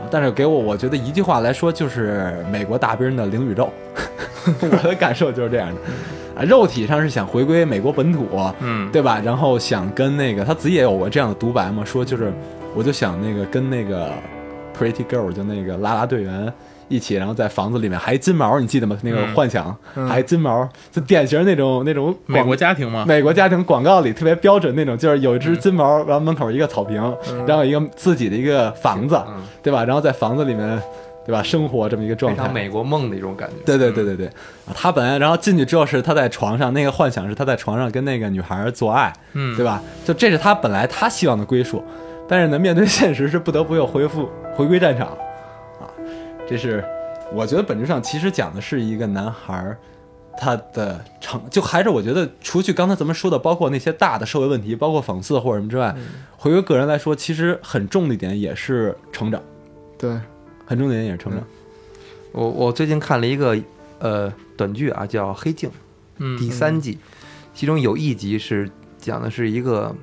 Speaker 1: 啊但是给我，我觉得一句话来说，就是美国大兵的零宇宙，我的感受就是这样的。啊，肉体上是想回归美国本土，
Speaker 2: 嗯，
Speaker 1: 对吧？然后想跟那个他自己也有过这样的独白嘛，说就是我就想那个跟那个 Pretty Girl 就那个啦啦队员一起，然后在房子里面还金毛，你记得吗？那个
Speaker 2: 嗯
Speaker 1: 幻想、
Speaker 3: 嗯
Speaker 1: 还金毛，就典型那种那种
Speaker 2: 美
Speaker 1: 广
Speaker 2: 国家庭嘛，
Speaker 1: 美国家庭广告里特别标准那种，就是有一只金毛，然后门口一个草坪，然后一个自己的一个房子，
Speaker 4: 嗯，
Speaker 1: 对吧？然后在房子里面，对吧？生活这么一个状
Speaker 4: 非
Speaker 1: 态
Speaker 4: 常。美国梦的一种感觉，
Speaker 1: 对对对对对，啊他本来然后进去之后是他在床上，那个幻想是他在床上跟那个女孩做爱，
Speaker 2: 嗯，
Speaker 1: 对吧？就这是他本来他希望的归属，但是呢，面对现实是不得不又恢复回归战场，啊，这是我觉得本质上其实讲的是一个男孩儿他的成，就还是我觉得除去刚才咱们说的，包括那些大的社会问题，包括讽刺或者什么之外，回归个人来说，其实很重的一点也是成长，
Speaker 3: 对，
Speaker 1: 很重的一点也是成长。
Speaker 4: 我我最近看了一个呃短剧啊，叫《黑镜》
Speaker 2: 嗯
Speaker 1: 嗯
Speaker 4: 第三季，其中有一集是讲的是一个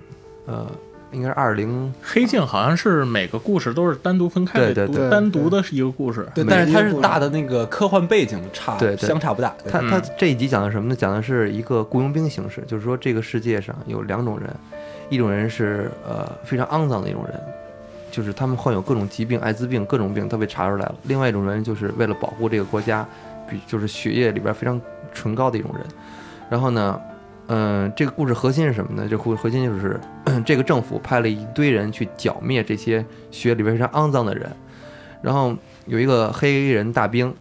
Speaker 4: 呃应该是二零
Speaker 2: 黑镜好像是每个故事都是单独分开的，
Speaker 4: 对对
Speaker 2: 独
Speaker 3: 对
Speaker 2: 单独的一个故事。
Speaker 1: 对，
Speaker 3: 每
Speaker 1: 但是它
Speaker 3: 一
Speaker 1: 是
Speaker 3: 部
Speaker 1: 大的那个科幻背景差，
Speaker 4: 对对
Speaker 1: 相差不大。啊对
Speaker 4: 他他
Speaker 2: 嗯
Speaker 4: 这一集讲的是什么呢？讲的是一个雇佣兵形式，就是说这个世界上有两种人，一种人是呃非常肮脏的一种人，就是他们患有各种疾病，艾滋病各种病都被查出来了；另外一种人就是为了保护这个国家，比就是血液里边非常纯高的一种人。然后呢，嗯、这个故事核心是什么呢？这故事核心就是 这个政府派了一堆人去剿灭这些血里边非常肮脏的人，然后有一个黑人大兵。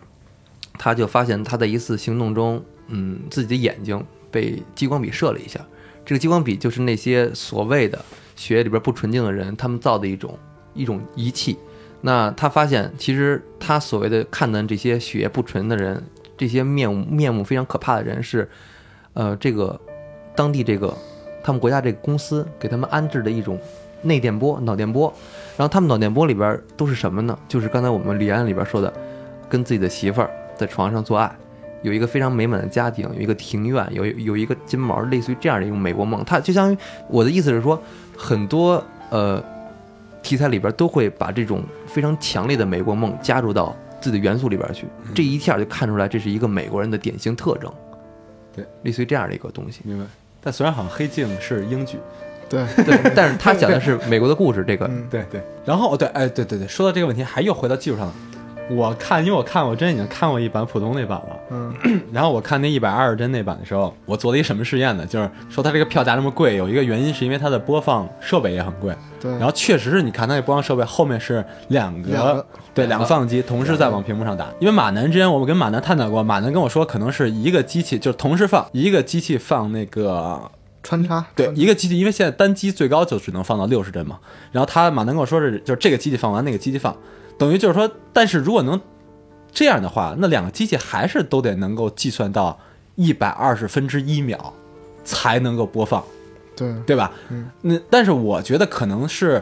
Speaker 4: 他就发现他在一次行动中，嗯，自己的眼睛被激光笔射了一下。这个激光笔就是那些所谓的血液里边不纯净的人，他们造的一种一种仪器。那他发现，其实他所谓的看的这些血液不纯的人，这些面目面目非常可怕的人是，呃，这个当地这个他们国家这个公司给他们安置的一种内电波、脑电波。然后他们脑电波里边都是什么呢？就是刚才我们李安里边说的，跟自己的媳妇儿在床上做爱，有一个非常美满的家庭，有一个庭院，有有一个金毛，类似于这样的一种美国梦。它就相当于我的意思是说，很多呃题材里边都会把这种非常强烈的美国梦加入到自己的元素里边去，这一下就看出来这是一个美国人的典型特征。
Speaker 1: 对，，
Speaker 4: 类似于这样的一个东西
Speaker 1: 明白。但虽然好像《黑镜》是英剧，
Speaker 3: 对，
Speaker 4: 对，但是他讲的是美国的故事，这个
Speaker 3: 嗯，
Speaker 1: 对对。然后哦对，哎对对对，说到这个问题，还又回到技术上了。我看，因为我看我真已经看过一版普通那版了，
Speaker 3: 嗯，
Speaker 1: 然后我看那一百二十帧那版的时候，我做了一什么试验呢？就是说它这个票价这么贵，有一个原因是因为它的播放设备也很贵。
Speaker 3: 对，
Speaker 1: 然后确实是你看它那播放设备后面是两个，
Speaker 3: 嗯两个
Speaker 1: 对，两个放映机同时在往屏幕上打。因为马南之前我们跟马南探讨过，马南跟我说可能是一个机器就是同时放一个机器放那个
Speaker 3: 穿插，
Speaker 1: 对，
Speaker 3: 穿插
Speaker 1: 一个机器，因为现在单机最高就只能放到六十帧嘛。然后他马南跟我说是，就是这个机器放完，那个机器放，等于就是说，但是如果能这样的话，那两个机器还是都得能够计算到一百二十分之一秒才能够播放，
Speaker 3: 对，
Speaker 1: 对吧？
Speaker 3: 嗯，
Speaker 1: 那但是我觉得可能是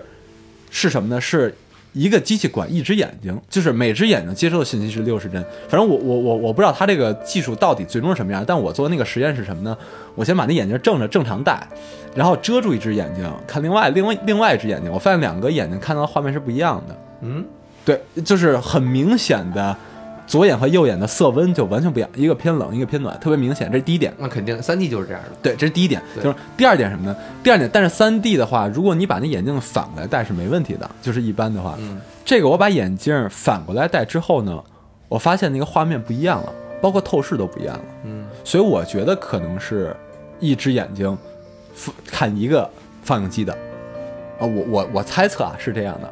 Speaker 1: 是什么呢？是一个机器管一只眼睛，就是每只眼睛接收的信息是六十帧。反正我我我我不知道它这个技术到底最终是什么样，但我做那个实验是什么呢？我先把那眼睛正着正常戴，然后遮住一只眼睛，看另外另外另外一只眼睛，我发现两个眼睛看到的画面是不一样的。
Speaker 4: 嗯，
Speaker 1: 对，就是很明显的。左眼和右眼的色温就完全不一样，一个偏冷，一个偏暖，特别明显。这是第一点。
Speaker 4: 那肯定三 D 就是 这样的。
Speaker 1: 对，这是第一点。
Speaker 4: 对
Speaker 1: 就是第二点什么呢？第二点，但是三 D 的话，如果你把那眼镜反过来戴是没问题的，就是一般的话，
Speaker 4: 嗯，
Speaker 1: 这个我把眼镜反过来戴之后呢，我发现那个画面不一样了，包括透视都不一样了。
Speaker 4: 嗯，
Speaker 1: 所以我觉得可能是一只眼睛 f- 看一个放映机的，啊，我我我猜测啊是这样的，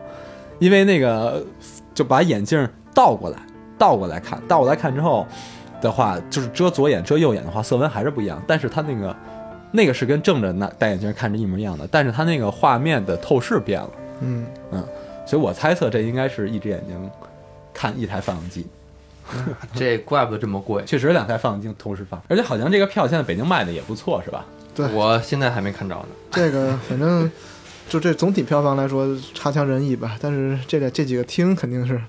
Speaker 1: 因为那个就把眼镜倒过来，倒过来看，倒过来看之后的话，就是遮左眼遮右眼的话，色温还是不一样，但是它那个那个是跟正着那戴眼镜看着一模一样的，但是它那个画面的透视变了，
Speaker 3: 嗯，
Speaker 1: 所以我猜测这应该是一只眼睛看一台放映机。
Speaker 4: 这怪不得这么贵。
Speaker 1: 确实，两台放映机同时放，而且好像这个票现在北京卖的也不错，是吧？
Speaker 3: 对
Speaker 4: 我现在还没看着呢。
Speaker 3: 这个反正就这总体票房来说差强人意吧，但是这个这几个厅肯定是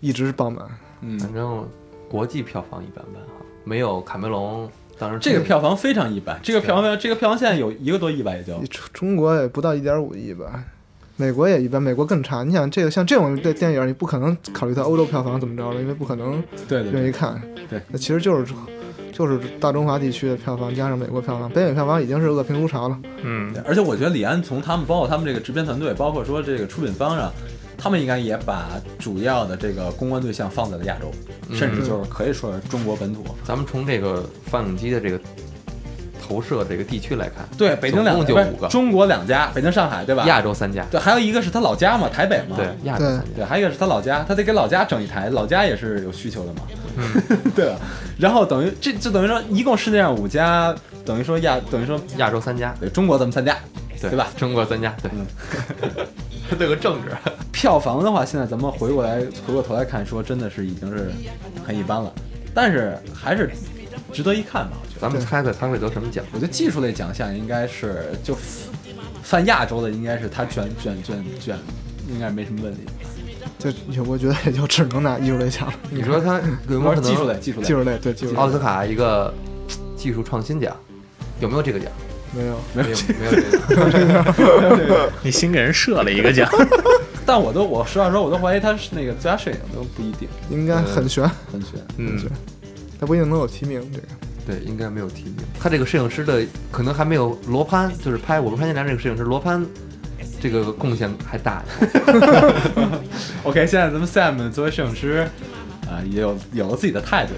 Speaker 3: 一直是爆满。
Speaker 1: 嗯
Speaker 4: 反正国际票房一般般哈，没有卡梅隆当时
Speaker 1: 这个票房非常一般，这个票房这个票房现在有一个多嗯亿吧，也就
Speaker 3: 你中中国也不到一点五亿吧，美国也一般，美国更差。你想这个像这种的电影，你不可能考虑到欧洲票房怎么着了，因为不可能
Speaker 1: 对对
Speaker 3: 愿意
Speaker 1: 对，
Speaker 3: 看。
Speaker 1: 对，
Speaker 3: 那其实就是就是大中华地区的票房加上美国票房，北美票房已经是恶评如潮了。
Speaker 2: 嗯，
Speaker 1: 而且我觉得李安从他们包括他们这个制片团队，包括说这个出品方上，他们应该也把主要的这个公关对象放在了亚洲，
Speaker 4: 嗯
Speaker 1: 甚至就是可以说是中国本土。
Speaker 4: 咱们从这个放映机的这个投射这个地区来看，
Speaker 1: 对，北京两
Speaker 4: 总共
Speaker 1: 不
Speaker 4: 就
Speaker 1: 是
Speaker 4: 五个
Speaker 1: 中国两家，北京、上海，对吧？
Speaker 4: 亚洲三家，
Speaker 1: 对，还有一个是他老家嘛，台北嘛。
Speaker 4: 对亚洲三家，
Speaker 1: 对，还有一个是他老家，他得给老家整一台，老家也是有需求的嘛，
Speaker 4: 嗯
Speaker 1: 对吧？然后等于这就等于说，一共世界上五家，等于说亚等于说
Speaker 4: 亚洲三家，
Speaker 1: 对中国咱们参加，
Speaker 4: 对
Speaker 1: 对吧？嗯
Speaker 4: 中国三家，对， 这个 政治，
Speaker 1: 票房的话，现在咱们回过来回过头来看，说真的是已经是很一般了，但是还是值得一看吧，我觉得。
Speaker 4: 咱们猜猜他会得什么奖？
Speaker 1: 我觉得技术类奖项应该是就泛亚洲的，应该是他卷卷卷卷，应该没什么问题。
Speaker 3: 这我觉得也就只能拿艺术类奖了，
Speaker 4: 你说他有没
Speaker 1: 我是
Speaker 4: 有可
Speaker 1: 技术
Speaker 4: 能
Speaker 1: 类，技术类，
Speaker 3: 技术类对技术类
Speaker 4: 奥斯卡一个技术创新奖？有没有这个奖？
Speaker 3: 没有，
Speaker 4: 没有没有这个，
Speaker 2: 你新给人设了一个奖，
Speaker 1: 但我都我实话说，我都怀疑他是那个最佳摄影都不一定
Speaker 3: 应该很悬，
Speaker 1: 很悬。
Speaker 2: 嗯，
Speaker 3: 他不一定能有提名。这个
Speaker 4: 对，应该没有提名。他这个摄影师的可能还没有罗盘，就是拍《我们潘金莲》这个摄影师罗盘，这个贡献还大一点。
Speaker 1: OK，现在咱们 Sam 作为摄影师，啊、也有有了自己的态度。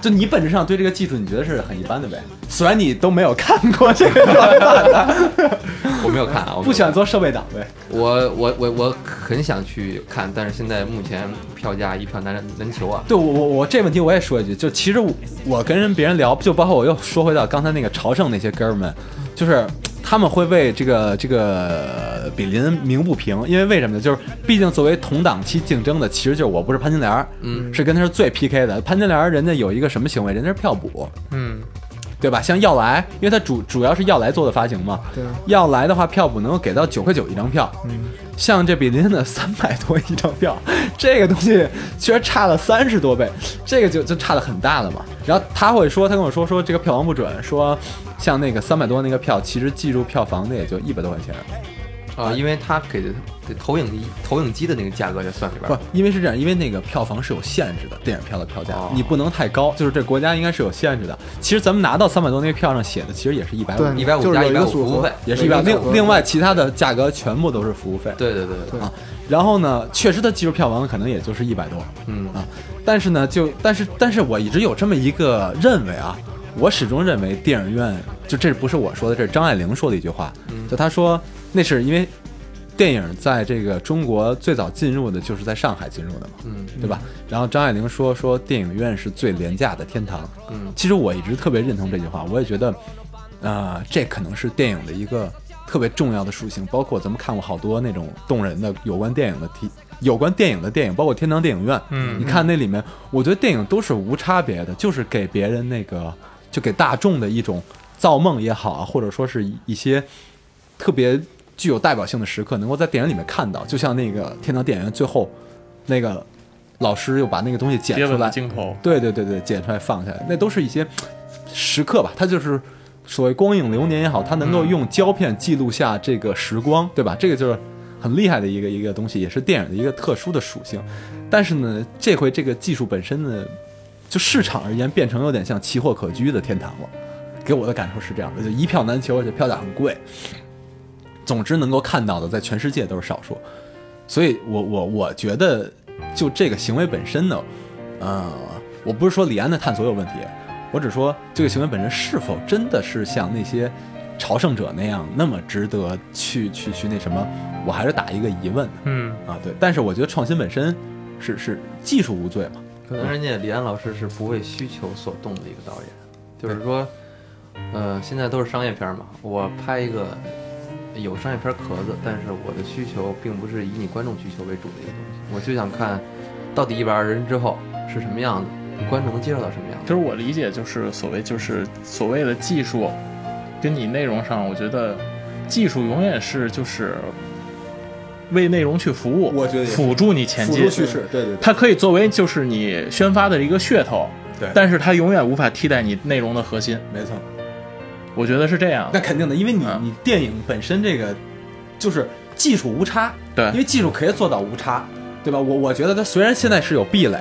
Speaker 1: 就你本质上对这个技术，你觉得是很一般的呗？虽然你都没有看过这个短板的，
Speaker 4: 我没有看 啊，我没有看
Speaker 1: 不喜欢做设备党呗？
Speaker 4: 我我我我很想去看，但是现在目前票价一票难难求啊。
Speaker 1: 对我我我这问题我也说一句，就其实我我跟人别人聊，就包括我又说回到刚才那个朝圣那些哥们儿们，就是他们会为这个这个比邻鸣不平，因为为什么呢？就是毕竟作为同档期竞争的，其实就是我不是潘金莲，嗯，是跟他是最 PK 的。潘金莲人家有一个什么行为？人家是票补，
Speaker 2: 嗯，
Speaker 1: 对吧？像要来，因为它主主要是要来做的发行嘛，
Speaker 3: 对
Speaker 1: 要来的话，票补能够给到九块九一张票，
Speaker 3: 嗯，
Speaker 1: 像这比林的三百多一张票，这个东西居然差了三十多倍，这个就就差的很大了嘛。然后他会说，他跟我说说这个票房不准，说像那个三百多那个票，其实计入票房的也就一百多块钱，
Speaker 4: 啊、因为他给的给投影仪投影机的那个价格也算里边
Speaker 1: 不
Speaker 4: 儿。，
Speaker 1: 因为是这样，因为那个票房是有限制的，电影票的票价、
Speaker 4: 哦
Speaker 1: 你不能太高，就是这国家应该是有限制的。其实咱们拿到三百多那个票上写的，其实也是一百五
Speaker 3: 对，
Speaker 4: 一百五
Speaker 3: 就是
Speaker 4: 加
Speaker 3: 有
Speaker 4: 一
Speaker 3: 一
Speaker 4: 百
Speaker 3: 个
Speaker 4: 五
Speaker 3: 组
Speaker 4: 服务
Speaker 3: 合
Speaker 4: 费。
Speaker 1: 也是一百。
Speaker 3: 对
Speaker 1: 另另外其他的价格全部都是服务费。
Speaker 4: 对对对对，
Speaker 3: 对
Speaker 1: 啊，然后呢，确实它技术票房可能也就是一百多，
Speaker 4: 嗯
Speaker 1: 啊，但是呢，就但是但是我一直有这么一个认为啊，我始终认为电影院就这不是我说的，这是张爱玲说的一句话，
Speaker 4: 嗯
Speaker 1: 就她说那是因为电影在这个中国最早进入的就是在上海进入的嘛，
Speaker 4: 嗯
Speaker 1: 对吧？然后张爱玲说说电影院是最廉价的天堂，
Speaker 4: 嗯
Speaker 1: 其实我一直特别认同这句话，我也觉得，呃，这可能是电影的一个特别重要的属性。包括咱们看过好多那种动人的有关电影的题，有关电影的电影，包括天堂电影院。
Speaker 2: 嗯
Speaker 1: 你看那里面，我觉得电影都是无差别的，就是给别人那个，就给大众的一种造梦也好啊，或者说是一些特别具有代表性的时刻，能够在电影里面看到。就像那个天堂电影院最后那个。老师又把那个东西剪
Speaker 2: 接
Speaker 1: 出
Speaker 2: 吻的
Speaker 1: 来，
Speaker 2: 镜头，
Speaker 1: 对对对对，剪出来放下来，那都是一些时刻吧。它就是所谓光影流年也好，它能够用胶片记录下这个时光，对吧？这个就是很厉害的一个一个东西，也是电影的一个特殊的属性。但是呢，这回这个技术本身呢，就市场而言，变成有点像奇货可居的天堂了。给我的感受是这样的，就一票难求，而且票价很贵。总之，能够看到的在全世界都是少数，所以我我我觉得，就这个行为本身呢，呃，我不是说李安的探索有问题，我只说这个行为本身是否真的是像那些朝圣者那样那么值得去去去那什么，我还是打一个疑问的
Speaker 2: 嗯，
Speaker 1: 啊。对，但是我觉得创新本身是是技术无罪嘛，
Speaker 4: 可能人家李安老师是不为需求所动的一个导演，就是说，呃，现在都是商业片嘛，我拍一个有商业片壳子，但是我的需求并不是以你观众需求为主的一个东西，我就想看到底一百二人之后是什么样子，你观众能接受到什么样
Speaker 2: 就是
Speaker 4: 子。
Speaker 2: 我理解，就是所谓就是所谓的技术，跟你内容上，我觉得技术永远是就是为内容去服务，
Speaker 1: 我觉得也是
Speaker 2: 辅助你前进，
Speaker 1: 势，对对
Speaker 2: 它可以作为就是你宣发的一个噱头，
Speaker 1: 对
Speaker 2: 但是它永远无法替代你内容的核心，
Speaker 1: 没错。
Speaker 2: 我觉得是这样
Speaker 1: 那。肯定的，因为你
Speaker 2: 嗯
Speaker 1: 你电影本身这个就是技术无差，
Speaker 2: 对
Speaker 1: 因为技术可以做到无差，对吧？我我觉得它虽然现在是有壁垒，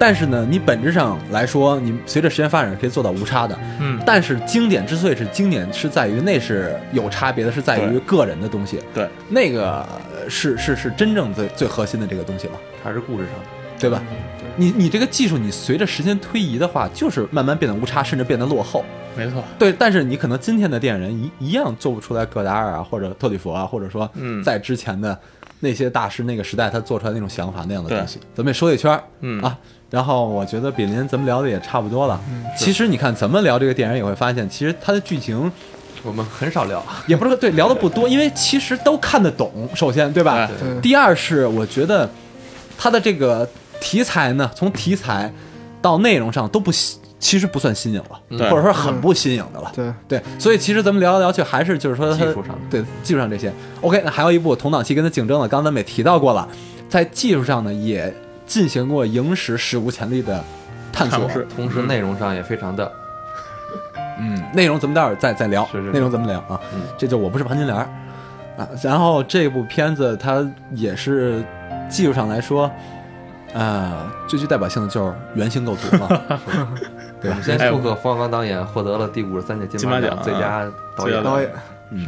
Speaker 1: 但是呢，你本质上来说，你随着时间发展是可以做到无差的。
Speaker 2: 嗯，
Speaker 1: 但是经典之所以是经典，是在于那是有差别的，是在于
Speaker 2: 对
Speaker 1: 个人的东西，
Speaker 2: 对，
Speaker 1: 那个呃是是是真正最最核心的这个东西嘛，
Speaker 4: 还是故事上的，
Speaker 1: 对吧？
Speaker 2: 嗯
Speaker 1: 你你这个技术，你随着时间推移的话，就是慢慢变得无差，甚至变得落后。
Speaker 2: 没错，
Speaker 1: 对，但是你可能今天的电影人一一样做不出来戈达尔啊，或者特里弗啊，或者说
Speaker 2: 嗯
Speaker 1: 在之前的那些大师那个时代他做出来那种想法那样的东西。咱们也说一圈儿，
Speaker 2: 嗯
Speaker 1: 啊，然后我觉得比邻咱们聊的也差不多了。其实你看咱们聊这个电影也会发现，其实它的剧情
Speaker 4: 我们很少聊。
Speaker 1: 也不是对聊的不多，因为其实都看得懂，首先对
Speaker 2: 哎
Speaker 1: 吧？
Speaker 4: 对
Speaker 3: 对
Speaker 1: 第二是我觉得它的这个题材呢，从题材到内容上都不新其实不算新颖了，
Speaker 2: 对
Speaker 1: 或者说很不新颖的了。
Speaker 3: 对，
Speaker 1: 对，所以其实咱们聊来聊去，还是就是说它
Speaker 4: 技术上的
Speaker 1: 对技术上这些。OK，那还有一部同档期跟它竞争的，刚才咱们也提到过了，在技术上呢也进行过影史史无前例的探索
Speaker 4: 嗯
Speaker 2: 尝。试
Speaker 4: 同时内容上也非常的
Speaker 1: 嗯，内容咱们待会儿再再聊，
Speaker 4: 是是是
Speaker 1: 内容咱们聊啊，
Speaker 4: 嗯
Speaker 1: 这就我不是潘金莲儿啊。然后这部片子它也是技术上来说，呃，最具代表性的就是圆形构 图嘛，对
Speaker 4: 我
Speaker 1: 吧
Speaker 4: 们？先
Speaker 2: 哎
Speaker 4: 祝贺方刚导演获得了第五十三届金马
Speaker 2: 金马奖
Speaker 4: 奖啊最佳导
Speaker 2: 最佳
Speaker 4: 演。
Speaker 3: 导演，
Speaker 1: 嗯
Speaker 4: 是，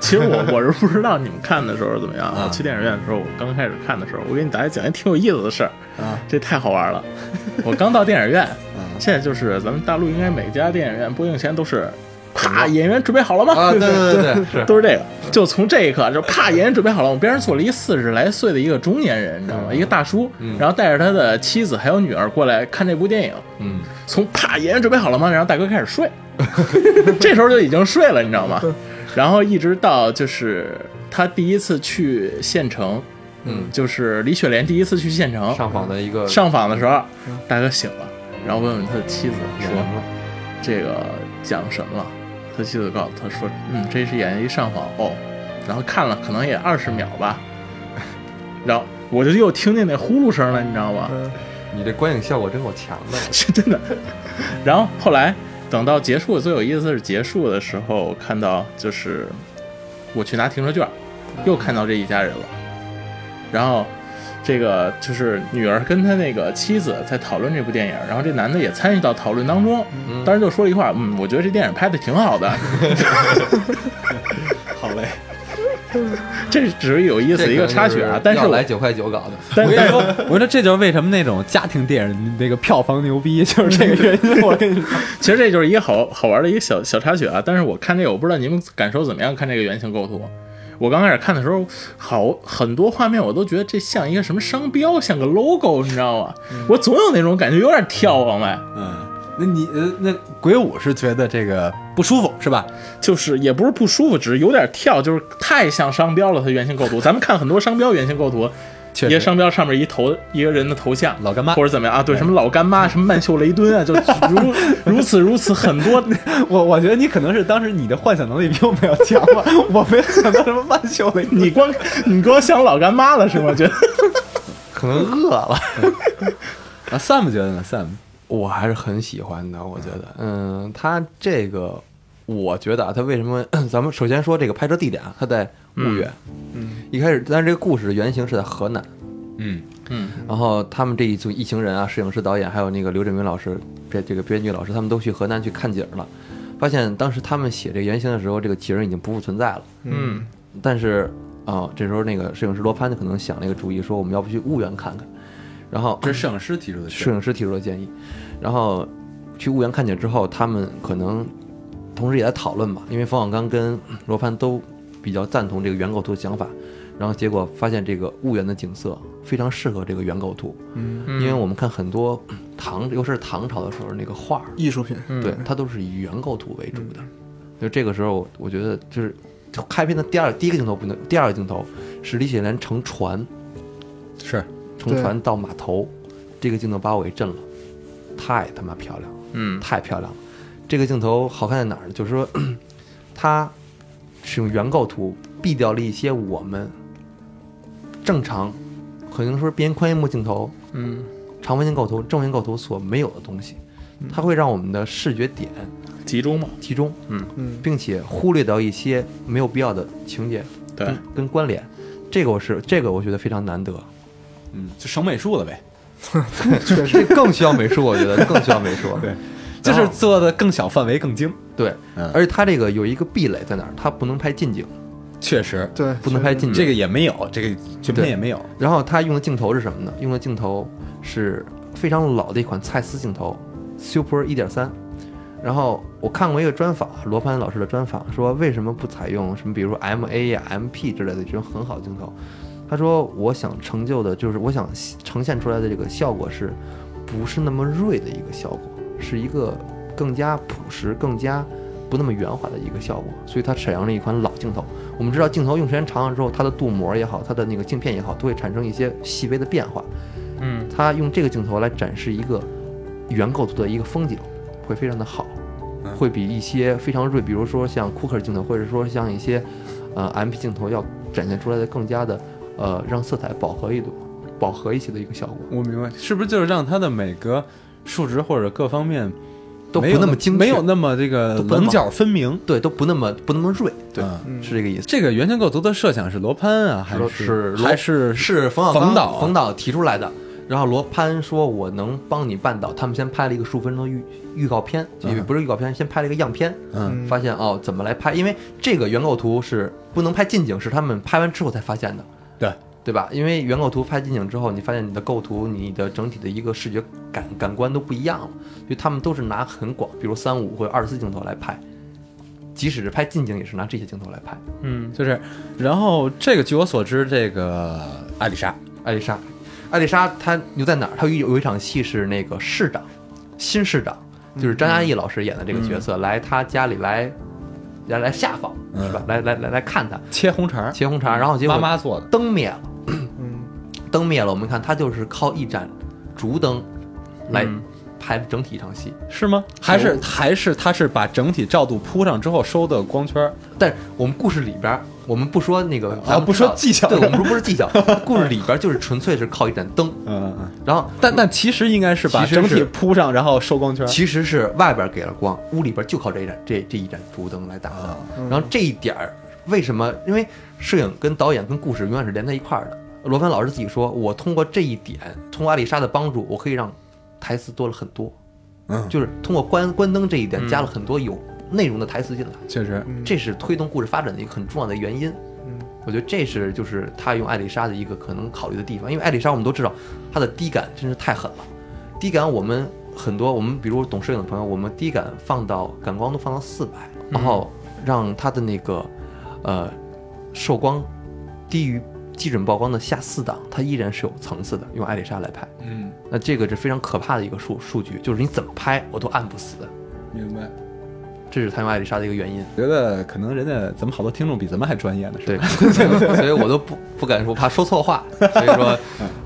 Speaker 2: 其实我 我是不知道你们看的时候怎么样。
Speaker 1: 啊
Speaker 2: 我去电影院的时候，我刚开始看的时候，我给你大家讲一挺有意思的事儿，
Speaker 1: 啊，
Speaker 2: 这太好玩了。 我刚到电影院，
Speaker 1: 嗯
Speaker 2: 现在就是咱们大陆应该每家电影院播映前都是，啪，演员准备好了吗？
Speaker 4: 啊，对对对对，是
Speaker 2: 都是这个，就从这一刻就啪，演员准备好了。我边上坐了一四十来岁的一个中年人，你知道吗？一个大叔，然后带着他的妻子还有女儿过来看这部电影。
Speaker 4: 嗯，
Speaker 2: 从啪，演员准备好了吗？然后大哥开始睡，这时候就已经睡了，你知道吗？然后一直到就是他第一次去县城，
Speaker 4: 嗯
Speaker 2: 就是李雪莲第一次去县城
Speaker 4: 上访的一个
Speaker 2: 上访的时候，大哥醒了，然后问问他的妻子
Speaker 4: 演
Speaker 2: 说
Speaker 4: 员。了，
Speaker 2: 这个讲什么了？他妻子告诉他说，嗯，这是演一上访哦，然后看了可能也二十秒吧，然后我就又听见那呼噜声了，你知道吗？
Speaker 3: 嗯，
Speaker 4: 你这观影效果真够强的。
Speaker 2: 是真的。然后后来等到结束，最有意思的是结束的时候，我看到就是我去拿停车券，又看到这一家人了。然后这个就是女儿跟他那个妻子在讨论这部电影，然后这男的也参与到讨论当中，当时就说了一句话，嗯，我觉得这电影拍的挺好的。
Speaker 1: 好嘞。
Speaker 2: 这只是有意思的一个插曲啊，但是
Speaker 4: 要
Speaker 2: 我
Speaker 4: 来九块九搞的，
Speaker 1: 我
Speaker 2: 但
Speaker 1: 跟你
Speaker 2: 但
Speaker 1: 说，我跟你说，这就是为什么那种家庭电影那个票房牛逼， 就是这个原因。我跟你说，
Speaker 2: 其实这就是一个好好玩的一个小小插曲啊。但是我看这个，我不知道你们感受怎么样？看这个圆形构图，我刚开始看的时候，好很多画面我都觉得这像一个什么商标，像
Speaker 1: 嗯
Speaker 2: 个 logo，你知道吗？我总有那种感觉，有点跳往外，
Speaker 1: 嗯，那你呃，那鬼舞是觉得这个不舒服是吧？
Speaker 2: 就是也不是不舒服，只是有点跳，就是太像商标了。它圆形构图，咱们看很多商标圆形构图，
Speaker 1: 确
Speaker 2: 一个
Speaker 1: 实，
Speaker 2: 商标上面一头一个人的头像，
Speaker 1: 老干妈
Speaker 2: 或者怎么样啊？对，什么老干妈，什么曼秀雷敦啊，就如如此如此很多。
Speaker 1: 我我觉得你可能是当时你的幻想能力比我们要强 吧，我没有想到什么万秀雷。
Speaker 2: 你光你光想老干妈了是吗？觉得
Speaker 4: 可能饿了。
Speaker 1: 啊，Sam 觉得呢？Sam，
Speaker 4: 我还是很喜欢的，我觉得，嗯，它这个，我觉得啊，它为什么？ 咱们首先说这个拍摄地点啊，它在婺源，嗯，一开始，但是这个故事的原型是在河南，
Speaker 1: 嗯
Speaker 2: 嗯，
Speaker 4: 然后他们这一组一行人啊，摄影师、导演，还有那个刘振明老师，这这个编剧老师，他们都去河南去看景儿了，发现当时他们写这个原型的时候，这个景儿已经不复存在了，
Speaker 2: 嗯
Speaker 4: 但是啊、这时候那个摄影师罗攀可能想了一个主意，说我们要不去婺源看看，然后
Speaker 1: 这是摄影师提出的
Speaker 4: 摄
Speaker 1: 是
Speaker 4: 影师提出的建议。然后去婺源看景之后，他们可能同时也在讨论吧，因为冯小刚跟罗盘都比较赞同这个原构图的想法。然后结果发现这个婺源的景色非常适合这个原构图，
Speaker 2: 嗯
Speaker 4: 因为我们看很多唐，尤其是唐朝的时候那个画儿，
Speaker 3: 艺术品，
Speaker 2: 嗯
Speaker 4: 对，它都是以原构图为主的。就这个时候，我觉得就是就开篇的第二第一个镜头不能，第二个镜头是李雪莲乘船
Speaker 1: 是，
Speaker 4: 乘船到码头，这个镜头把我给震了，太他妈漂亮了，
Speaker 2: 嗯
Speaker 4: 太漂亮了。这个镜头好看在哪儿呢？就是说， 它使用原构图避掉了一些我们正常，可能说是边宽银幕镜头、
Speaker 2: 嗯，
Speaker 4: 长方形构图、正圆构图所没有的东西，它会让我们的视觉点
Speaker 2: 集中嘛，
Speaker 4: 集中，
Speaker 3: 嗯，
Speaker 4: 并且忽略掉一些没有必要的情节
Speaker 2: 对，
Speaker 4: 跟跟关联。这个我是这个我觉得非常难得，
Speaker 1: 嗯，就省美术了呗，
Speaker 3: 嗯确实，
Speaker 4: 这更需要美术，我觉 得更需要美术。
Speaker 1: 对就是做的更小范围更精。
Speaker 4: 对，
Speaker 1: 嗯
Speaker 4: 而且它这个有一个壁垒在哪儿，它不能拍近景，
Speaker 1: 确实，
Speaker 3: 对，
Speaker 4: 不能拍近景。
Speaker 1: 这个也没有，这个全片也没有。
Speaker 4: 然后它用的镜头是什么呢？用的镜头是非常老的一款蔡司镜头，Super 一点三。然后我看过一个专访，罗盘老师的专访，说为什么不采用什么，比如说 M A 呀、M P 之类的这种很好的镜头？他说我想成就的就是我想呈现出来的这个效果是，不是那么锐的一个效果，是一个更加朴实、更加不那么圆滑的一个效果。所以他采用了一款老镜头。我们知道镜头用时间长了之后，它的镀膜也好，它的那个镜片也好，都会产生一些细微的变化。
Speaker 2: 嗯
Speaker 4: 它用这个镜头来展示一个原构图的一个风景，会非常的好，会比一些非常锐，比如说像库克镜头，或者说像一些呃 MP 镜头要展现出来的更加的呃让色彩饱和一多，饱和一些的一个效果。
Speaker 1: 我明白，是不是就是让它的每个数值或者各方面
Speaker 4: 都不
Speaker 1: 没有
Speaker 4: 那么精确，
Speaker 1: 没有那么这个
Speaker 4: 都不那么
Speaker 1: 棱角分明。
Speaker 4: 对，都不那么不那么锐，对，
Speaker 1: 嗯
Speaker 3: 嗯
Speaker 4: 是这个意思。
Speaker 1: 这个原先构图的设想是罗潘啊，还
Speaker 4: 罗
Speaker 1: 是
Speaker 4: 罗
Speaker 1: 还是
Speaker 4: 是冯小刚
Speaker 1: 冯导啊
Speaker 4: 冯导提出来的。然后罗潘说：“我能帮你办到。”他们先拍了一个十五分钟预预告片，也
Speaker 1: 嗯
Speaker 4: 不是预告片，先拍了一个样片，
Speaker 1: 嗯
Speaker 3: 嗯
Speaker 4: 发现哦怎么来拍，因为这个原构图是不能拍近景，是他们拍完之后才发现的，
Speaker 1: 对
Speaker 4: 对吧？因为原构图拍近景之后，你发现你的构图、你的整体的一个视觉感感官都不一样了，所以他们都是拿很广，比如三五或者二十四镜头来拍，即使是拍近景，也是拿这些镜头来拍。
Speaker 2: 嗯，
Speaker 1: 就是，然后这个据我所知，这个艾丽莎
Speaker 4: 艾丽莎，艾丽莎她牛在哪儿？她有有一场戏是那个市长，新市长，就是张
Speaker 1: 嗯
Speaker 4: 嘉译老师演的这个角色，来他家里来，来来下访
Speaker 1: 嗯
Speaker 4: 是吧？来来来来看他
Speaker 1: 切红肠儿，
Speaker 4: 切红茶，然后结果
Speaker 1: 妈妈做的，
Speaker 4: 灯灭了，
Speaker 3: 嗯
Speaker 4: 灯灭了，我们看他就是靠一盏烛灯来
Speaker 2: 嗯
Speaker 4: 拍整体一场戏，
Speaker 1: 是吗？还是还是他是把整体照度铺上之后收的光圈儿，
Speaker 4: 但是我们故事里边儿，我们不说那个，咱们
Speaker 1: 哦不说
Speaker 4: 知道
Speaker 1: 技巧
Speaker 4: 对我们不 是技巧，故事里边儿就是纯粹是靠一盏灯，
Speaker 1: 嗯，嗯
Speaker 4: 然后
Speaker 1: 但但其实应该是把
Speaker 4: 其实
Speaker 1: 整
Speaker 4: 是
Speaker 1: 体铺上，然后收光圈儿。
Speaker 4: 其实是外边给了光，屋里边就靠这一盏这这一盏烛灯来打的。然后这一点儿为什么？因为摄影跟导演跟故事永远是连在一块儿的。罗凡老师自己说，我通过这一点，通过艾丽莎的帮助，我可以让台词多了很多，
Speaker 1: 嗯，
Speaker 4: 就是通过关关灯这一点
Speaker 2: 嗯
Speaker 4: 加了很多有内容的台词进来，
Speaker 1: 确实，
Speaker 3: 嗯
Speaker 4: 这是推动故事发展的一个很重要的原因。
Speaker 3: 嗯
Speaker 4: 我觉得这是就是他用艾丽莎的一个可能考虑的地方，因为艾丽莎我们都知道她的低感真是太狠了，低感我们很多我们比如懂摄影的朋友，我们低感放到感光都放到四百，然后让它的那个呃受光低于基准曝光的下四档，它依然是有层次的，用艾丽莎来拍，
Speaker 1: 嗯，
Speaker 4: 那这个是非常可怕的一个数数据，就是你怎么拍我都按不死，
Speaker 1: 明白。
Speaker 4: 这是他用艾丽莎的一个原因。
Speaker 1: 觉得可能人家咱们好多听众比咱们还专业呢，是吧
Speaker 4: 对，所以我都不不敢说，怕说错话，所以说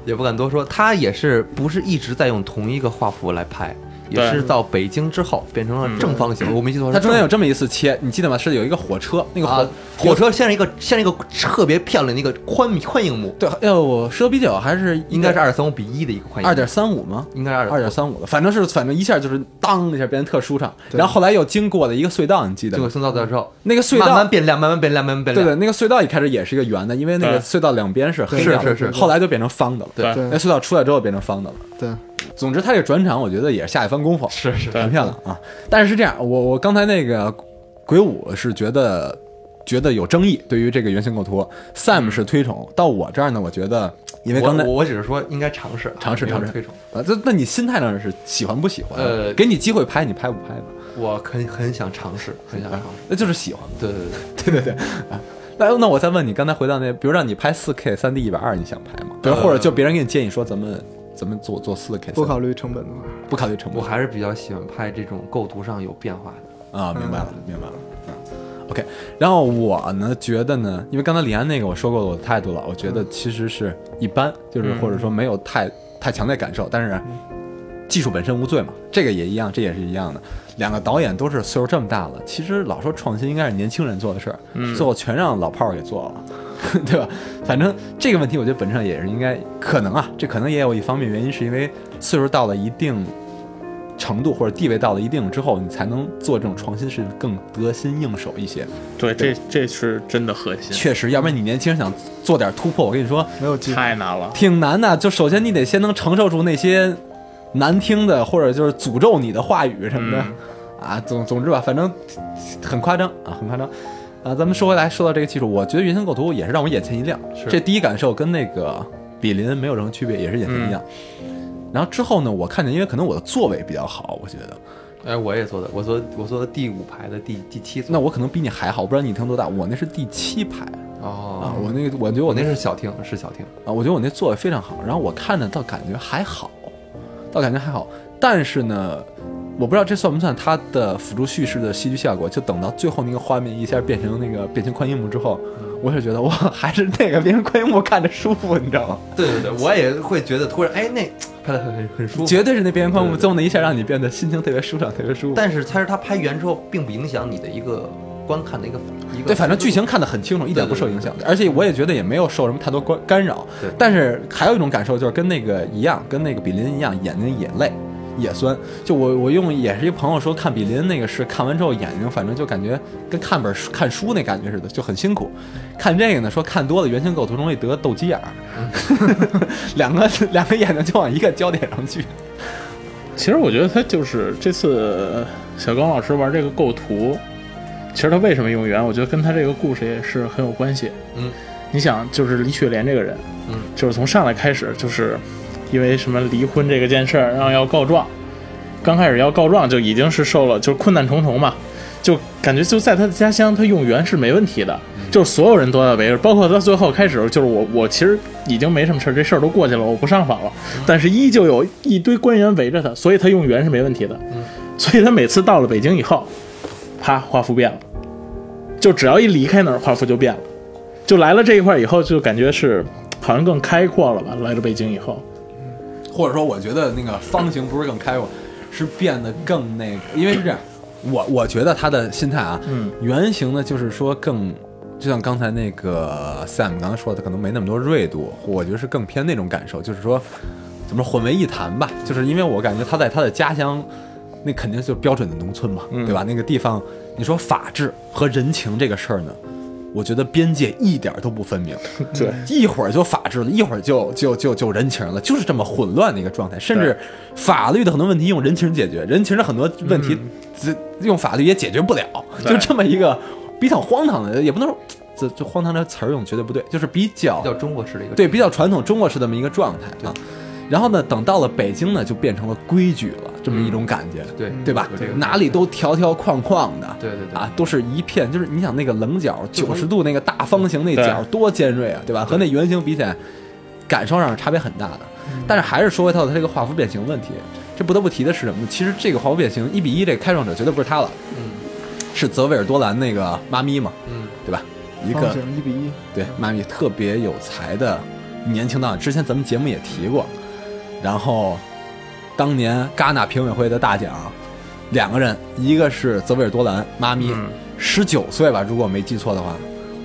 Speaker 4: 也不敢多说。他也是不是一直在用同一个画幅来拍，也
Speaker 2: 对
Speaker 4: 是到北京之后变成了正方形。我没记错，
Speaker 1: 他中间有
Speaker 4: 有
Speaker 1: 这么一次切，你记得吗？是有一个火车，那个火、
Speaker 4: 啊，火车像一个像一个特别漂亮的一个宽宽银幕，
Speaker 1: 对，哎呦，我十九比九还是
Speaker 4: 应该是二三五比一的一个宽银幕，
Speaker 1: 二点三五吗？
Speaker 4: 应该是二
Speaker 1: 二点三五的，反正是反正一下就是当一下变得特舒畅，
Speaker 3: 对
Speaker 1: 然后后来又经过了一个隧道，你记得
Speaker 4: 结果
Speaker 1: 吗？
Speaker 4: 送到的时候，
Speaker 1: 那个隧道
Speaker 4: 慢慢变亮，慢慢变亮，慢慢变
Speaker 1: 对
Speaker 4: 亮。
Speaker 1: 对，那个隧道一开始也是一个圆的，因为那个
Speaker 2: 对
Speaker 1: 隧道两边是黑
Speaker 3: 是
Speaker 1: 的，
Speaker 4: 是是
Speaker 1: 后来就变成方的了。
Speaker 2: 对
Speaker 1: 那
Speaker 3: 对
Speaker 1: 隧道出来之后变成方的了。
Speaker 3: 对，
Speaker 1: 总之，它这个转场我觉得也是下一番功夫，
Speaker 4: 是是
Speaker 1: 很漂亮啊。但是是这样，我我刚才那个鬼舞是觉得觉得有争议，对于这个原型构图，Sam 是推崇，到我这儿呢，我觉得因为
Speaker 4: 我
Speaker 1: 刚才
Speaker 4: 我我只是说应该尝试啊
Speaker 1: 尝试
Speaker 4: 没有
Speaker 1: 尝试
Speaker 4: 推崇。
Speaker 1: 啊，这那你心态上是喜欢不喜欢？
Speaker 4: 呃
Speaker 1: 给你机会拍，你拍不拍吧？
Speaker 4: 我很很想尝试，很想尝试。
Speaker 1: 那就是喜欢嘛。
Speaker 4: 对对对，
Speaker 1: 对对对，啊，那那我再问你，刚才回到那，比如让你拍四 K 三 D 一百二，你想拍吗？比如或者就别人给你建议说咱们咱们做做四 K，
Speaker 3: 不考虑成本的话，
Speaker 1: 不考虑成
Speaker 4: 我
Speaker 1: 本
Speaker 4: 还是比较喜欢拍这种构图上有变化的。
Speaker 1: 啊，明白了明白了，嗯，OK。然后我呢觉得呢，因为刚才李安那个我说过我的态度了，我觉得其实是一般，就是
Speaker 2: 嗯
Speaker 1: 或者说没有太太强烈感受，但是技术本身无罪嘛，这个也一样，这也是一样的。两个导演都是岁数这么大了，其实老说创新应该是年轻人做的事儿，
Speaker 2: 嗯
Speaker 1: 最后全让老炮儿给做了， 对吧？反正这个问题，我觉得本质上也是应该可能啊，这可能也有一方面原因，是因为岁数到了一定程度或者地位到了一定之后，你才能做这种创新，是更得心应手一些。
Speaker 2: 对，这这是真的核心，
Speaker 1: 确实，要不然你年轻人想做点突破，我跟你说
Speaker 3: 没有机会。
Speaker 2: 太难了。
Speaker 1: 挺难的。就首先你得先能承受住那些难听的或者就是诅咒你的话语什么的。
Speaker 2: 嗯，
Speaker 1: 啊，总总之吧，反正很夸张啊，很夸张。啊，咱们说回来，说到这个技术，我觉得原型构图也是让我眼前一亮，
Speaker 4: 是
Speaker 1: 这第一感受跟那个比邻没有任何区别，也是眼前一亮。
Speaker 4: 嗯
Speaker 1: 然后之后呢，我看见，因为可能我的座位比较好，我觉得，
Speaker 4: 哎，我也坐的，我坐我坐的第五排的第第七
Speaker 1: 那
Speaker 4: 座。
Speaker 1: 我可能比你还好，我不知道你厅多大，我那是第七排啊，
Speaker 4: 哦，
Speaker 1: 我那个我觉得
Speaker 4: 我
Speaker 1: 我
Speaker 4: 那
Speaker 1: 那
Speaker 4: 是小厅，是小厅。
Speaker 1: 啊，我觉得我那座位非常好，然后我看着倒感觉还好，倒感觉还好，但是呢，我不知道这算不算它的辅助叙事的戏剧效果，就等到最后那个画面一下变成那个变成宽银幕之后，我是觉得哇， 还是那个变成宽银幕看着舒服，你知道吗？
Speaker 4: 对对对，我也会觉得突然，哎，那拍的很很很舒服。
Speaker 1: 绝对是那变成宽银幕
Speaker 4: 对对对
Speaker 1: 最后那一下让你变得心情特别舒畅，特别舒服。
Speaker 4: 但是它是它拍圆之后，并不影响你的一个观看的一个一个。
Speaker 1: 对，反正剧情看得很清楚，一点不受影响的，而且我也觉得也没有受什么太多干干扰
Speaker 4: 对。
Speaker 1: 但是还有一种感受就是跟那个一样，跟那个比邻一样，眼睛也累，也酸。就我我用也是一朋友说看比林那个是看完之后眼睛反正就感觉跟看本书看书那感觉似的，就很辛苦。看这个呢，说看多了原型构图容易得斗鸡眼儿，
Speaker 4: 嗯
Speaker 1: 两个两个眼睛就往一个焦点上聚。
Speaker 2: 其实我觉得他就是这次小刚老师玩这个构图，其实他为什么用圆，我觉得跟他这个故事也是很有关系。
Speaker 4: 嗯，
Speaker 2: 你想，就是李雪莲这个人，
Speaker 4: 嗯，
Speaker 2: 就是从上来开始，就是因为什么离婚这个件事儿，然后要告状，刚开始要告状就已经是受了就是困难重重嘛，就感觉就在他的家乡，他用圆是没问题的，就是所有人都在围着，包括他最后开始就是我我其实已经没什么事儿，这事儿都过去了，我不上访了，但是依旧有一堆官员围着他，所以他用圆是没问题的，所以他每次到了北京以后，啪画幅变了，就只要一离开那儿，画幅就变了，就来了这一块儿以后，就感觉是好像更开阔了吧，来了北京以后。
Speaker 1: 或者说，我觉得那个方形不是更开阔，是变得更那个，因为是这样，我我觉得他的心态啊，
Speaker 2: 嗯，
Speaker 1: 圆形呢就是说更，就像刚才那个 Sam 刚才说的，可能没那么多锐度，我觉得是更偏那种感受，就是说怎么说混为一谈吧，就是因为我感觉他在他的家乡。那肯定就是标准的农村嘛，对吧？那个地方，你说法治和人情这个事儿呢，我觉得边界一点儿都不分明。
Speaker 2: 对，
Speaker 1: 一会儿就法治了，一会儿就就就就人情了，就是这么混乱的一个状态。甚至法律的很多问题用人情解决，人情的很多问题这、用法律也解决不了，
Speaker 2: 对
Speaker 1: 就这么一个比较荒唐的，也不能说这这荒唐这词儿用绝对不对，就是比较
Speaker 4: 比较中国式的一个
Speaker 1: 对比较传统中国式这么一个状态啊。然后呢，等到了北京呢，就变成了规矩了，这么一种感觉，
Speaker 4: 对
Speaker 1: 对吧
Speaker 4: 有这个？
Speaker 1: 哪里都条条框框的，
Speaker 4: 对对对
Speaker 1: 啊，都是一片，就是你想那个棱角九十度那个大方形那
Speaker 2: 对
Speaker 1: 角多尖锐啊，对吧？和那圆形比起来，感受上是差别很大的。
Speaker 3: 嗯
Speaker 1: 但是还是说回到它这个画幅变形问题，这不得不提的是什么呢？其实这个画幅变形一比一，这个开创者绝对不是他了，
Speaker 3: 嗯
Speaker 1: 是泽维尔多兰那个妈咪嘛，
Speaker 4: 嗯
Speaker 1: 对吧？一
Speaker 3: 方
Speaker 1: 个
Speaker 3: 形一比一，
Speaker 1: 对，妈咪特别有才的年轻导演，之前咱们节目也提过。然后，当年戛纳评委会的大奖，两个人，一个是泽维尔多兰妈咪，
Speaker 2: 嗯
Speaker 1: 十九、岁吧，如果我没记错的话，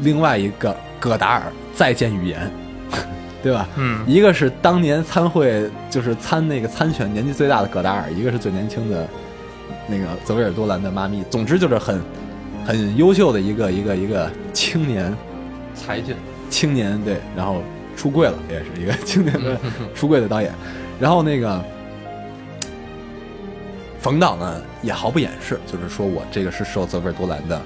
Speaker 1: 另外一个戈达尔再见语言，对吧？
Speaker 2: 嗯
Speaker 1: 一个是当年参会就是参那个参选年纪最大的戈达尔，一个是最年轻的那个泽维尔多兰的妈咪。总之就是很很优秀的一个一个一个青年
Speaker 4: 才俊，
Speaker 1: 青年对，然后出柜了，也是一个青年的出柜的导演。然后那个冯导呢，也毫不掩饰，就是说我这个是受泽维尔多兰的